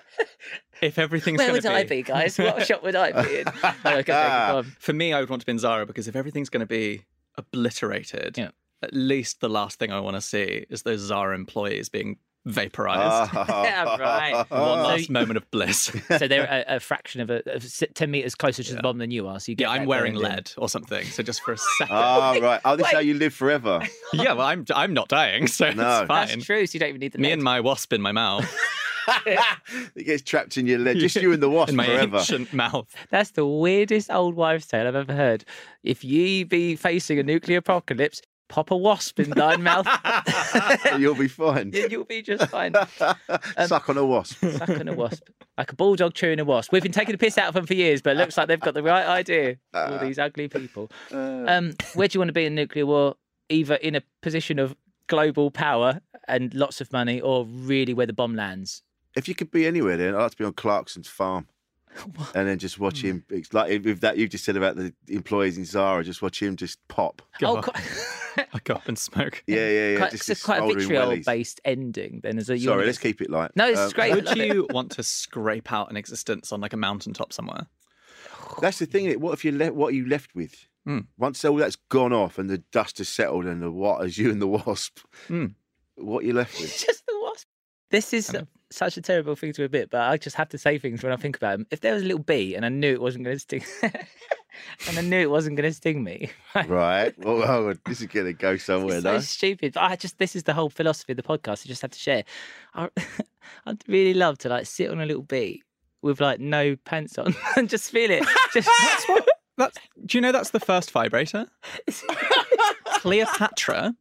C: if everything's
A: Where
C: gonna
A: would I be, guys? What shop would I be in? Oh, okay, okay, go on.
C: For me, I would want to be in Zara because if everything's going to be obliterated,
A: Yeah.
C: at least the last thing I want to see is those Zara employees being vaporized.
B: Ah.
A: right.
C: One
A: So-
C: last moment of bliss.
A: so they're a, a fraction of a of s- ten meters closer to the bomb than you are. So you get.
C: Yeah, I'm
A: that
C: wearing
A: burned in.
C: lead or something. So just for a second.
B: Ah, right. Oh, this is how you live forever.
C: yeah, well, I'm I'm not dying, so
B: No.
C: it's
A: That's
C: fine.
A: true. So you don't even need the.
C: Me
A: lead.
C: and my wasp in my mouth,
B: it gets trapped in your leg. Just you and the wasp
C: in my
B: forever.
C: ancient mouth.
A: That's the weirdest old wives' tale I've ever heard. If ye be facing a nuclear apocalypse, pop a wasp in thine mouth.
B: You'll be fine.
A: Yeah, Um, You'll be just fine.
B: Suck on a wasp.
A: Suck on a wasp. Like a bulldog chewing a wasp. We've been taking the piss out of them for years, but it looks like they've got the right idea. All these ugly people.
B: Ah.
A: Um, where do you want to be in nuclear war? Either in a position of global power and lots of money, or really where the bomb lands.
B: If you could be anywhere, then I'd like to be on Clarkson's farm. And then just watch
A: Hmm.
B: him. It's like with that you just said about the employees in Zara, just watch him just pop.
A: Oh,
C: God.
A: quite,
C: I go up and smoke.
B: Yeah, yeah, yeah.
A: quite,
B: just
A: so
B: this
A: quite a
B: smouldering wellies.
A: vitriol-based ending. Then, as a you
B: Sorry,
A: wanna-
B: let's keep it light. Um,
A: No, it's great. I
C: Would
A: love it.
C: you want to scrape out an existence on like a mountaintop somewhere?
B: That's the thing. innit? What if you left? What are you left with?
A: Hmm.
C: Mm.
B: Once all that's gone off and the dust has settled and the what is you and the wasp,
A: Hmm.
C: Mm.
B: what are you left with?
A: It's just the wasp. This is
C: Kind of.
A: such a terrible thing to admit, but I just have to say things when I think about them. If there was a little bee and I knew it wasn't going to sting, and I knew it wasn't going to sting me,
B: right. Well, oh, this is gonna go somewhere.
A: it's so
B: no?
A: stupid. But I just this is the whole philosophy of the podcast. I just have to share. I, I'd really love to like sit on a little bee with like no pants on and just feel it. Just
C: That's what. That's. Do you know that's the first vibrator? Cleopatra.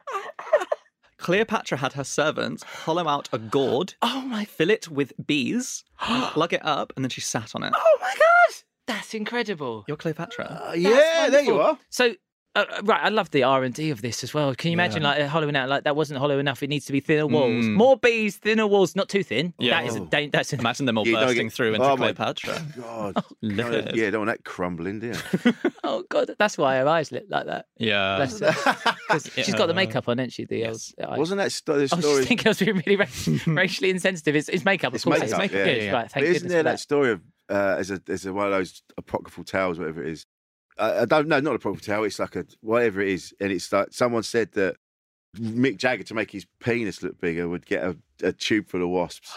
C: Cleopatra had her servants hollow out a gourd,
A: oh my,
C: fill it with bees, and plug it up, and then she sat on it.
A: oh my god, that's incredible.
C: You're Cleopatra.
B: Uh, yeah, there you
A: wonderful.
B: are.
A: So, uh, uh, right, I love the R and D of this as well. Can you imagine like hollowing out like that wasn't hollow enough? It needs to be thinner walls,
C: Mm.
A: more bees, thinner walls, not too thin.
C: Yeah. Oh.
A: that is a da- that's a,
C: Imagine them all
B: You don't
C: bursting
B: get-
C: through into
B: Oh my-
C: Cleopatra.
B: God.
C: Livid.
B: yeah, don't want that crumbling, do you?
A: oh god, that's why her eyes look like that.
C: Yeah.
A: Bless her. 'Cause she's got the
C: Uh, Yeah.
A: makeup on, hasn't she? The
C: Yes.
A: old- eyes.
B: Wasn't that sto- the
A: I
B: story?
A: was just thinking I was being really rac- racially insensitive. It's, it's makeup, of
B: It's
A: course.
B: makeup, yeah,
A: Good,
C: yeah, yeah.
A: Right,
B: But
A: thank
B: isn't
A: goodness
B: there
A: for
B: that,
A: that.
B: story of uh, as a as a one of those apocryphal tales, whatever it is? I, I don't know, not apocryphal tale. It's like a whatever it is, and it's like someone said that Mick Jagger to make his penis look bigger would get a, a tube full of wasps,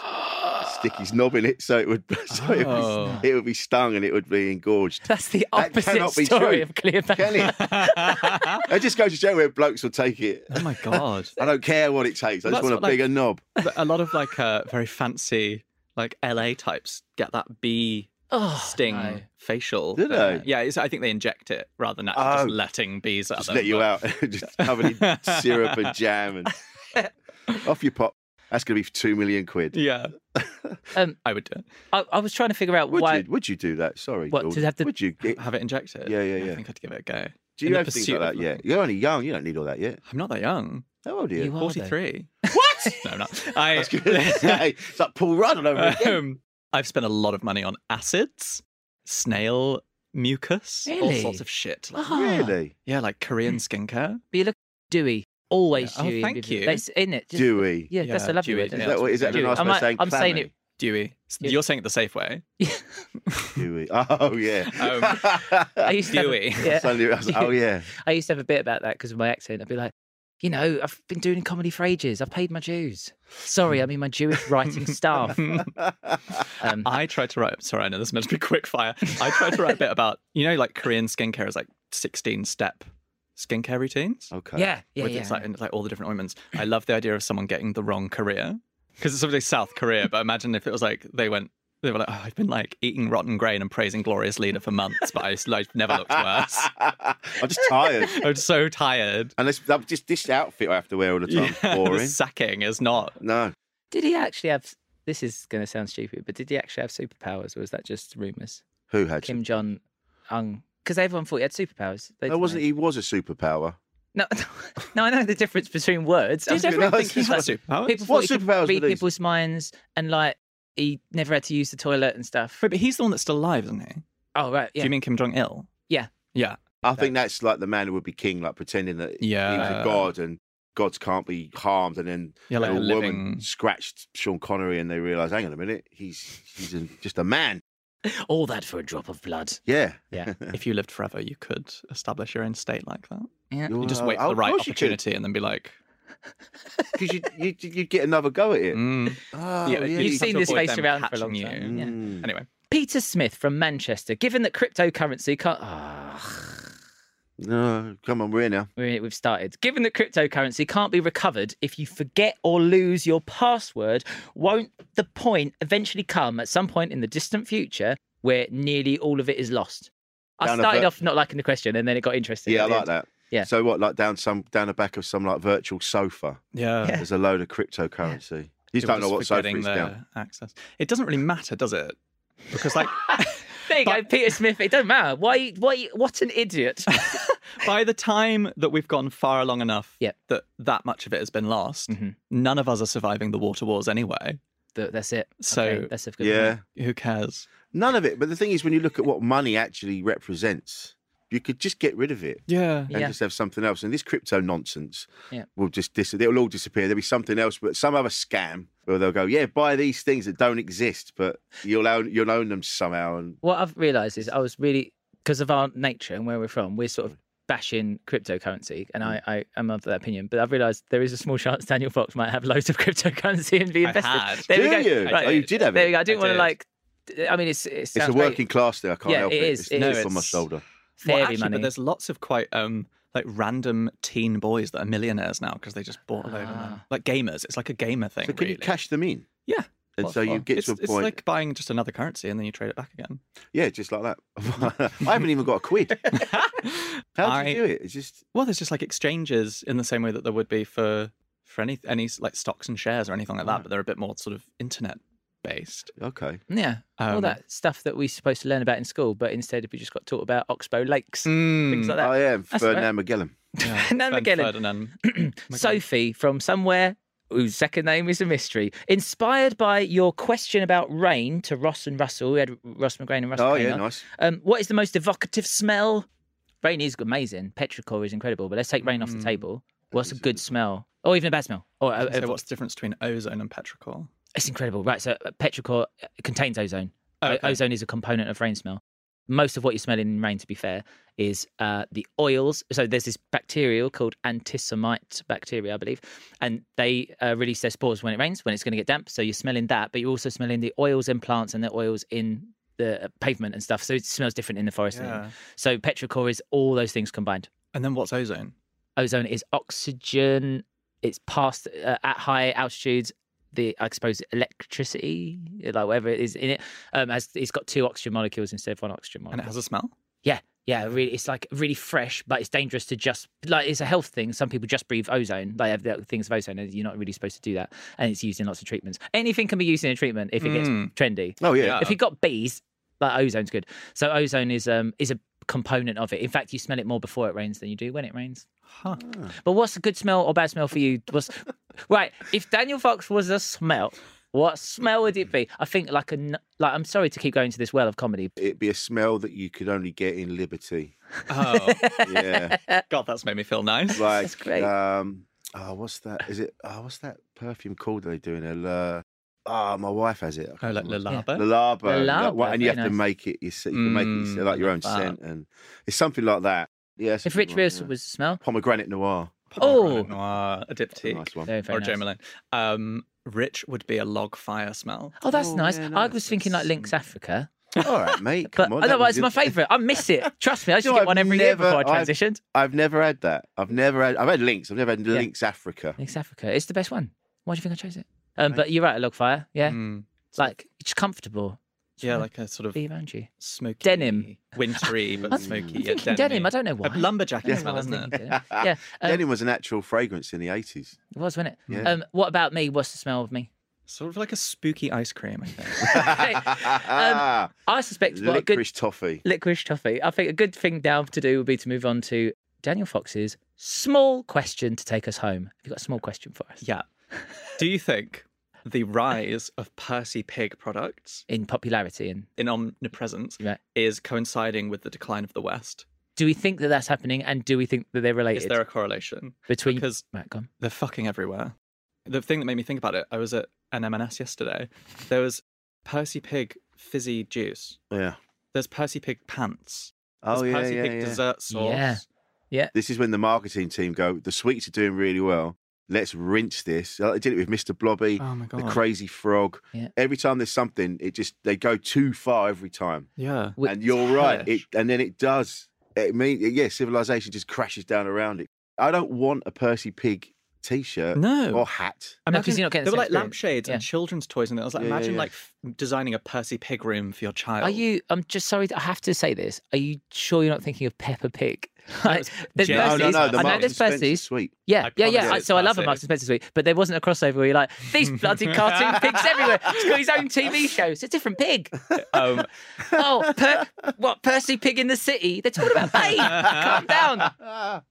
B: stick his knob in it, so it would so it,
C: Oh.
B: would be, it would be stung and it would be engorged.
A: That's the
B: That
A: opposite
B: cannot be
A: story
B: true.
A: of Cleopatra.
B: Can it?
C: oh
B: I just go to show where blokes will take it.
C: my god.
B: I don't care what it takes. I
C: Well,
B: just
C: that's
B: want a
C: what, like-
B: bigger knob.
C: But a lot of like uh, very fancy like LA types get that bee
A: Oh,
C: sting
A: no.
C: facial.
B: Do
C: uh,
B: they?
C: Yeah, it's, I think they inject it rather than actually
B: Oh.
C: just letting bees out.
B: Just let you out, just covered in syrup and jam, and off you pop. That's going to be two million quid.
C: Yeah.
A: Um,
C: I would do it.
A: I, I was trying to figure out
B: Would
A: why.
B: you would you do that? Sorry,
A: What,
B: George.
A: to have to-
B: Would you get,
C: Have it injected.
B: Yeah, yeah, yeah.
C: I think I'd give it a go.
B: do you
C: in the
B: have things
C: pursuit
B: like that
C: of
B: yet?
C: nothing.
B: You're only young. You don't need all that yet.
C: I'm not that young.
B: How old are you?
A: You are. though.
C: 43. What? no, I'm not. I,
B: I was gonna say, it's like Paul Rudd all over again.
C: um, I've spent a lot of money on acids, snail mucus, all
A: Really?
C: sorts of shit. Like,
A: Ah.
B: Really,
C: Yeah, like Korean skincare.
A: But you look dewy, always
C: Yeah. Oh,
A: dewy.
C: thank
A: Vivian.
C: you.
A: That's in it. Just,
B: Dewey?
A: Yeah, that's a
C: Yeah,
A: lovely
C: dewy,
A: word. isn't
B: Is
C: yeah.
A: it?
B: that what is that the
C: Dewy.
B: nice
A: I'm
B: way
A: like-
B: of saying?
A: I'm saying
B: clammy?
C: Dewey. S-
A: Yeah.
C: You're saying it the safe way.
B: Dewey. Oh yeah.
A: I used to have a-
C: Dewy.
A: yeah.
B: Suddenly, I was like, oh yeah.
A: I used to have a bit about that because of my accent. I'd be like, you know, I've been doing comedy for ages. I've paid my dues. Sorry, I mean my Jewish writing staff. Um,
C: I tried to write. Sorry, I know this is meant to be quick fire. I tried to write a bit about you know like Korean skincare is like sixteen step skincare routines.
B: Okay.
A: yeah, yeah,
C: with
A: yeah.
C: It's like, and it's like all the different ointments. I love the idea of someone getting the wrong Korea because it's obviously South Korea. But imagine if it was like they went. They were like, oh, I've been like eating rotten grain and praising Glorious Leader for months, but I like, never looked worse.
B: I'm just tired.
C: I'm so tired.
B: And this, that- just this outfit I have to wear all the time.
C: Yeah,
B: Boring.
C: the sacking is not.
B: No.
A: Did he actually have? This is going to sound stupid, but did he actually have superpowers, or was that just rumors?
B: Who had?
A: Kim Jong Un, because everyone thought he had superpowers. They
B: No,
A: didn't
B: wasn't
A: they?
B: he was a superpower?
A: No, no, I know the difference between words. I was
C: Did
A: just-
B: everyone
C: everyone
B: know,
C: think he
B: it's
C: had
A: just
C: superpowers?
A: People thought
B: What
A: he could
B: superpowers
A: read
B: were these?
A: people's minds, and like he never had to use the toilet and stuff.
C: Wait, but he's the one that's still alive, isn't he?
A: Oh right, yeah.
C: Do you mean Kim Jong Il?
A: Yeah.
C: Yeah.
B: I think that's like the man who would be king, like pretending that he was a
C: Yeah.
B: god and gods can't be harmed. And then
C: Yeah, like
B: a
C: a
B: woman
C: living-
B: scratched Sean Connery and they realised, hang on a minute, he's he's a, just a man.
A: All that for a drop of blood.
B: Yeah.
A: Yeah.
C: If you lived forever, you could establish your own state like that.
A: Yeah.
C: You just wait for the right opportunity and then be like,
B: Because you'd, you'd, you'd get another go at it.
C: mm.
B: Oh,
C: Yeah,
B: yeah,
C: but you
A: You've
B: you-
C: just have
A: seen
C: to
A: this
C: avoid
A: face
C: them
A: around for a long
C: catching
A: time. Yeah.
B: Mm.
C: anyway.
A: Peter Smith from Manchester. Given that cryptocurrency can't. Ah,
B: No, come on, we're here now.
A: we're- we've started. Given that cryptocurrency can't be recovered if you forget or lose your password, won't the point eventually come at some point in the distant future where nearly all of it is lost? I
B: Down a
A: started
B: ver-
A: off not liking the question and then it got interesting.
B: Yeah, I
A: at the
B: like
A: end.
B: that.
A: Yeah.
B: So what? Like down some down the back of some like virtual sofa.
C: Yeah.
B: There's a load of cryptocurrency. You just
C: People
B: don't know what sofa
C: forgetting
B: it's
C: their
B: down.
C: access. It doesn't really matter, does it? Because like
A: There you go,
C: But-
A: Peter Smith. It doesn't matter. Why? Why? What an idiot.
C: by the time that we've gone far along enough
A: Yep.
C: that that much of it has been lost,
A: Mhm.
C: none of us are surviving the water wars anyway.
A: Th- That's it.
C: So-
A: Okay, that's a good
B: Yeah.
A: point.
C: Who cares?
B: None of it. But the thing is, when you look at what money actually represents, you could just get rid of it.
C: Yeah.
B: and
A: Yeah.
B: just have something else. And this crypto nonsense
A: Yeah.
B: will just dis- it'll all disappear. There'll be something else, but some other scam where they'll go, yeah, buy these things that don't exist, but you'll own you'll own them somehow. And
A: What I've realised is I was really because of our nature and where we're from, we're sort of bashing cryptocurrency, and I, I am of that opinion. But I've realised there is a small chance Daniel Fox might have loads of cryptocurrency and be
C: I
A: invested.
C: had.
A: There
B: do
A: we go.
B: you?
C: Right.
B: Oh, you did have
A: There
B: it.
A: we go. I didn't
C: I
A: want to
C: did.
A: like. I mean, it's it
B: It's
A: sounds
B: a
A: great.
B: working class thing. I can't
A: Yeah,
B: help
A: it
B: it.
A: is,
B: It's
A: it
B: no,
A: is.
B: on my shoulder.
C: Well,
A: Fairy
C: actually,
A: money.
C: but there's lots of quite um like random teen boys that are millionaires now because they just bought a load of money.
A: Ah.
C: Like gamers, it's like a gamer thing.
B: So can you
C: really.
B: cash them in?
C: Yeah.
B: And
C: Well,
B: so you
C: well,
B: get
C: it's,
B: to a
C: it's
B: point,
C: like buying just another currency and then you trade it back again.
B: yeah, just like that. I haven't even got a quid. How do
C: I-
B: you do it? It's just
C: Well, there's just like exchanges in the same way that there would be for for any any like stocks and shares or anything like that, but they're a bit more sort of internet based.
B: okay.
A: yeah, all
C: Um,
A: that stuff that we're supposed to learn about in school, but instead we just got taught about Oxbow Lakes,
C: Mm,
A: things like that.
B: I am
A: That's
B: Oh, Ferdinand Magellan.
C: Yeah.
A: Fernand
C: Fern-
A: Magellan.
C: Ferdinand.
A: Sophie from somewhere whose second name is a mystery. Inspired by your question about rain to Ross and Russell, we had Ross McGrain and Russell.
B: Oh
A: Kane
B: yeah,
A: on.
B: nice.
A: Um, what is the most evocative smell? Rain is amazing. Petrichor is incredible, but let's take rain off
C: Hmm.
A: the table. What's a good smell? Or even a bad smell? Or uh,
C: So what's the difference between ozone and petrichor?
A: it's incredible, right? So uh, petrichor uh, contains ozone. O-
C: Oh, Okay.
A: Ozone is a component of rain smell. Most of what you smell in rain, to be fair, is uh, the oils. So there's this bacterial called antisemite bacteria, I believe, and they uh, release their spores when it rains, when it's going to get damp. So you're smelling that, but you're also smelling the oils in plants and the oils in the uh, pavement and stuff. So it smells different in the forest. than-
C: Yeah.
A: So petrichor is all those things combined.
C: And then what's ozone?
A: Ozone is oxygen. It's past uh, at high altitudes. The I suppose electricity, like whatever it is in it, um, has it's got two oxygen molecules instead of one oxygen
C: And
A: molecule.
C: it has a smell.
A: yeah, yeah, really, it's like really fresh, but it's dangerous to just like it's a health thing. Some people just breathe ozone, like have the things of ozone, and you're not really supposed to do that. And it's used in lots of treatments. Anything can be used in a treatment if it gets
C: Mm.
A: trendy
B: Oh yeah.
C: Yeah.
A: if you got bees, but ozone's good. So ozone is um is a component of it. In fact, you smell it more before it rains than you do when it rains.
C: Huh.
B: Ah.
A: But what's a good smell or bad smell for you? What's right? If Daniel Fox was a smell, what smell would it be? I think like a n- like. I'm sorry to keep going to this well of comedy.
B: It'd be a smell that you could only get in liberty.
C: Oh
B: Yeah.
C: God, that's made me feel nice.
B: like
A: That's great.
B: um oh what's that is it oh what's that perfume called they do in a la oh my wife has it I
C: Oh,
B: can't
C: like
B: remember.
C: lalaba.
B: Lalaba, that
A: Lalaba,
B: one, and you have
A: very
B: to
A: nice.
B: make it yourself. You can make it
C: Mm,
B: yourself, like your
C: I
B: own
C: love that.
B: scent, and it's something like that. Yeah.
A: If
B: something
A: Rich
B: like-
A: Wilson
B: yeah.
A: was a smell,
B: pomegranate noir,
A: Oh.
C: Pomegranate noir, a
B: That's a
C: diptyque,
B: nice one.
A: very, very
C: or
A: nice.
C: Jemilin. Um, rich would be a log fire smell. Mm.
A: Oh, that's
B: Oh,
A: nice.
B: yeah,
A: I
B: nice.
A: was thinking like Lynx Africa,
B: All right, mate.
A: but
B: Come on, that
A: otherwise,
B: was
A: it's my
B: your-
A: favourite. I miss it. Trust me, I used
B: You
A: to
B: know,
A: get one
B: I've
A: every year
B: never-
A: before I
B: I've-
A: transitioned.
B: I've never had that. I've never had. I've had links. I've never had links Africa.
A: Links Africa. It's the best one. Why do you think I chose it? Um, but you're right, a log fire. Yeah.
C: Mm.
A: Like, it's just comfortable. It's
C: Yeah,
A: fine.
C: like a sort of
A: be around you.
C: smoky
A: Denim.
C: wintry
B: I'm
C: but smoky.
A: I'm
C: yeah,
A: thinking denim. I don't know why.
C: A lumberjack
A: I don't know
C: smell,
A: why I'm
C: isn't it?
A: thinking denim. yeah. Um,
B: Denim was a natural fragrance in the eighties.
A: It was, wasn't it?
B: Yeah.
A: Um, what about me? What's the smell of me?
C: Sort of like a spooky ice cream, I think.
A: Um, I suspect what a good
B: Licorice toffee.
A: licorice toffee. I think a good thing now to do would be to move on to Daniel Fox's small question to take us home. Have you got a small question for us?
C: yeah. Do you think the rise of Percy Pig products
A: In popularity and
C: in omnipresence
A: Right.
C: is coinciding with the decline of the West?
A: do we think that that's happening? And do we think that they're related
C: Is there a correlation?
A: between?
C: Because
A: Right, go on.
C: they're fucking everywhere. The thing that made me think about it, I was at an M&S yesterday. There was Percy Pig fizzy juice.
B: Yeah.
C: There's Percy Pig pants. There's
B: Oh yeah,
C: Percy
B: yeah,
C: Pig
B: yeah.
C: dessert sauce.
A: Yeah.
B: This is when the marketing team go, the sweets are doing really well. Let's rinse this. Like They did it with Mr. Blobby,
C: Oh my god.
B: the crazy frog.
A: Yeah.
B: Every time there's something, it just they go too far every time.
C: yeah.
A: Wh-
B: and you're right. It
C: harsh.
B: and then it does. It mean yeah, civilization just crashes down around it. I don't want a Percy Pig t-shirt
C: No.
B: or hat.
A: No, 'cause you're not getting the
C: there were
A: same
C: like
A: experience.
C: lampshades and
A: Yeah.
C: children's toys in there. I was like,
B: Yeah, yeah,
C: imagine
B: yeah.
C: like f- designing a Percy Pig room for your child.
A: Are you? I'm just sorry. I have to say this. Are you sure you're not thinking of Peppa Pig? Like,
C: it's
A: there's
C: Jen-
B: No, no,
A: Percy's-
B: no.
C: I
B: The
C: know
B: Marks and
A: there's
B: Spencer
A: Percy's.
B: sweet.
A: Yeah,
C: I
A: yeah, yeah.
C: promise
A: I,
C: it's
A: so I love a
C: classic.
A: Marks and Spencer suite, but there wasn't a crossover where you're like, these bloody cartoon pigs everywhere. It's got his own TV show. It's a different pig.
C: Um,
A: Oh, per- what Percy Pig in the City? They're talking about Babe. Calm down.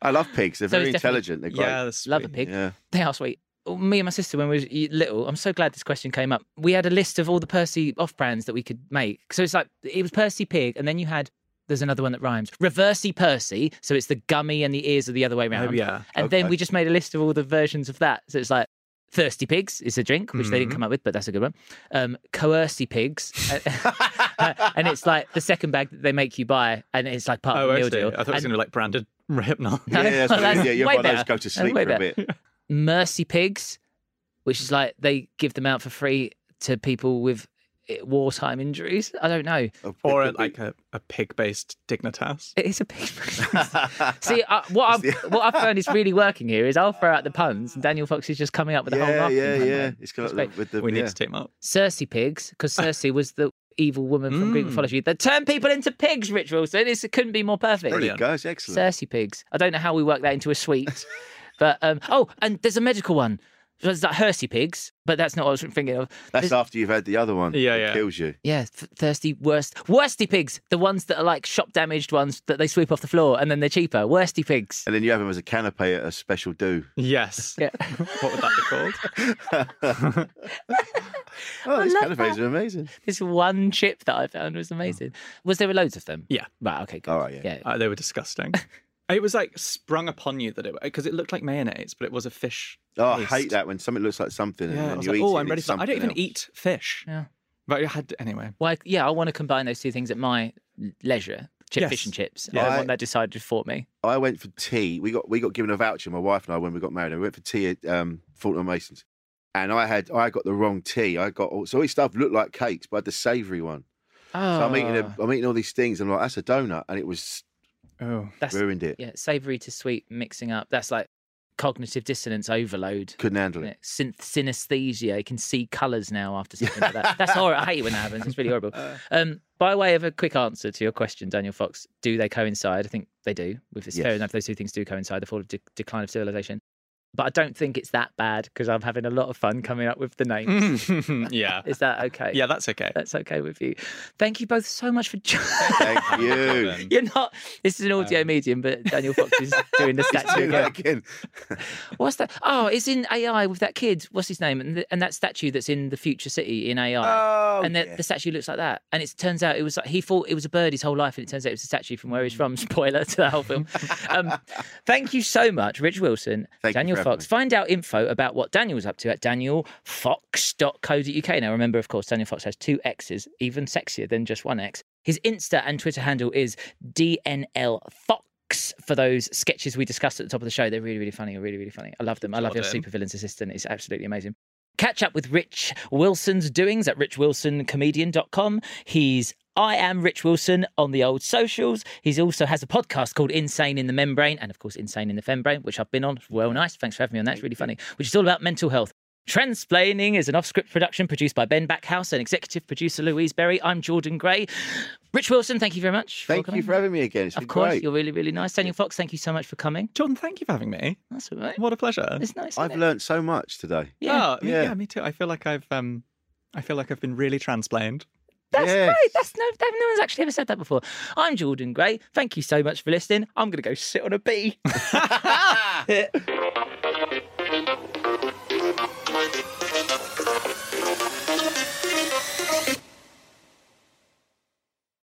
B: I love pigs. They're
A: So
B: very
A: it's definitely-
B: intelligent. They're great.
C: yeah, that's
A: Love a
C: sweet.
A: pig.
B: Yeah.
A: They are sweet. Oh, Me and my sister, when we was little, I'm so glad this question came up. We had a list of all the Percy off brands that we could make. So it's like it was Percy Pig, and then you had there's another one that rhymes, Reversey Percy. So it's the gummy and the ears are the other way
C: Oh,
A: around.
C: yeah.
A: And
B: Okay.
A: then we just made a list of all the versions of that. So it's like Thirsty Pigs is a drink, which they didn't
C: Mhm.
A: come up with, but that's a good one. Um, Coercy Pigs. and it's like the second bag that they make you buy, and it's like part
C: Oh,
A: of the
C: I
A: meal
C: see. I
A: deal.
C: thought it was
A: And
C: going to be like branded Hypnol.
A: No,
B: yeah, yeah, that's what it is.
A: that's
B: yeah. You
A: way
B: have one of those
A: better.
B: go to
A: That's
B: sleep
A: way
B: for a bit.
A: Mercy Pigs, which is like they give them out for free to people with eh, wartime injuries. I don't know.
B: Of-
C: Or
B: it could
C: like a, a pig based dignitas.
A: It's a pig.
B: be-
A: See, uh, what I've
B: It's the-
A: what I've found is really working here is I'll throw out the puns, and Daniel Fox is just coming up with the whole
B: yeah,
A: marketing
B: yeah,
A: plan,
B: yeah.
A: right?
B: It's got
A: That's
B: the,
A: great.
B: with the
C: We need
B: yeah.
C: to take them up.
A: Circe pigs, because Circe was the evil woman from Greek
C: Mm.
A: mythology that turned people into pigs. Rich Wilson, this couldn't be more perfect.
B: There you
C: Brilliant.
B: go. It's excellent.
A: Circe pigs. I don't know how we work that into a suite, but um, oh, and there's a medical one. There's like Hersey pigs, but that's not what I was thinking of.
B: That's
A: There's-
B: after you've had the other one.
C: Yeah,
B: It
C: yeah.
B: Kills you.
A: Yeah, th- thirsty worst worsty pigs, the ones that are like shop damaged ones that they sweep off the floor and then they're cheaper. Worsty pigs.
B: And then you have them as a canapé at a special do.
C: Yes.
A: Yeah.
C: What would that be called?
B: Oh, these
A: love
B: canapés
A: that.
B: are amazing.
A: This one chip that I found was amazing. Was there loads of them?
C: Yeah.
A: Right. Okay. Good.
B: All right, yeah.
C: Uh, they were disgusting. It was like sprung upon you that it because it looked like mayonnaise, but it was a fish.
B: Oh, I
C: taste.
B: hate that when something looks like something and
C: Yeah, I
B: then
C: was
B: you
C: like,
B: eat
C: oh,
B: it.
C: I'm
B: and
C: ready
B: it's
C: for. I don't
B: something
C: even
B: else.
C: eat fish.
A: Yeah.
C: but I had anyway.
A: Well, I, yeah, I want to combine those two things at my leisure. Chip, fish
C: Yes.
A: and chips.
C: Yeah.
A: I
B: I-
A: want that decided for me.
B: I went for tea. We got we got given a voucher, my wife and I, when we got married. and We went for tea at um, Fortnum Masons, and I had I got the wrong tea. I got all, so all this stuff looked like cakes, but I had the savoury one.
A: Oh,
B: So I'm eating a, I'm eating all these things. And I'm like, that's a donut, and it was
C: Oh,
A: that's
B: ruined it.
A: yeah, savory to sweet mixing up. That's like cognitive dissonance overload.
B: Couldn't handle
A: isn't
B: it.
A: it? Synth- synesthesia. You can see colours now after something like that. That's horrible. I hate when that happens. It's really horrible.
B: Uh.
A: Um, by way of a quick answer to your question, Daniel Fox, do they coincide? I think they do. With it's fair
B: Yes.
A: enough, those two things do coincide: the fall of de- decline of civilization. But I don't think it's that bad because I'm having a lot of fun coming up with the name.
C: yeah,
A: Is that okay?
C: yeah, that's okay.
A: that's okay with you. Thank you both so much for. Jo-
B: Thank you.
C: Then.
A: You're not. This is an audio
C: Um,
A: medium, but Daniel Fox is doing the statue
B: Do that
A: again.
B: again.
A: What's that? Oh, it's in AI with that kid. What's his name? And, th and that statue that's in the future city in AI.
B: Oh,
A: and the,
B: yeah.
A: the statue looks like that. And it turns out it was like he thought it was a bird his whole life, and it turns out it was a statue from where he's from. Spoiler to the whole film. Um, thank you so much, Rich Wilson,
B: Thank you
A: Daniel
B: for having
A: Fox.
B: me.
A: Find out info about what Daniel's up to at danielfox.co.uk. Now, remember, of course, Daniel Fox has two X's, even sexier than just one X. His Insta and Twitter handle is DNLFox. For those sketches we discussed at the top of the show, they're really, really funny. Really, really funny. I love them. I love your
C: Jordan.
A: supervillains assistant. It's absolutely amazing. Catch up with Rich Wilson's doings at richwilsoncomedian.com. He's I am Rich Wilson on the old socials. He's also has a podcast called Insane in the Membrane and of course Insane in the Fembrane, which I've been on. Well, nice. Thanks for having me on. That's really funny. Which is all about mental health. Transplaining is an off-script production produced by Ben Backhouse and executive producer Louise Berry. I'm Jordan Gray. Rich Wilson, thank you very much.
B: Thank
A: coming.
B: you for having me again. It's been
A: Of course,
B: great.
A: you're really, really nice. Daniel Fox, thank you so much for coming.
C: Jordan, thank you for having me.
A: That's all right.
C: What a pleasure.
A: It's nice. isn't
B: I've
A: it?
B: learnt so much today.
A: Yeah.
C: Oh, me- yeah.
B: Yeah.
C: me too. I feel like I've um, I feel like I've been really transplained.
A: That's
B: Yes.
A: great. That's no, that- no one's actually ever said that before. I'm Jordan Gray. Thank you so much for listening. I'm going to go sit on a bee.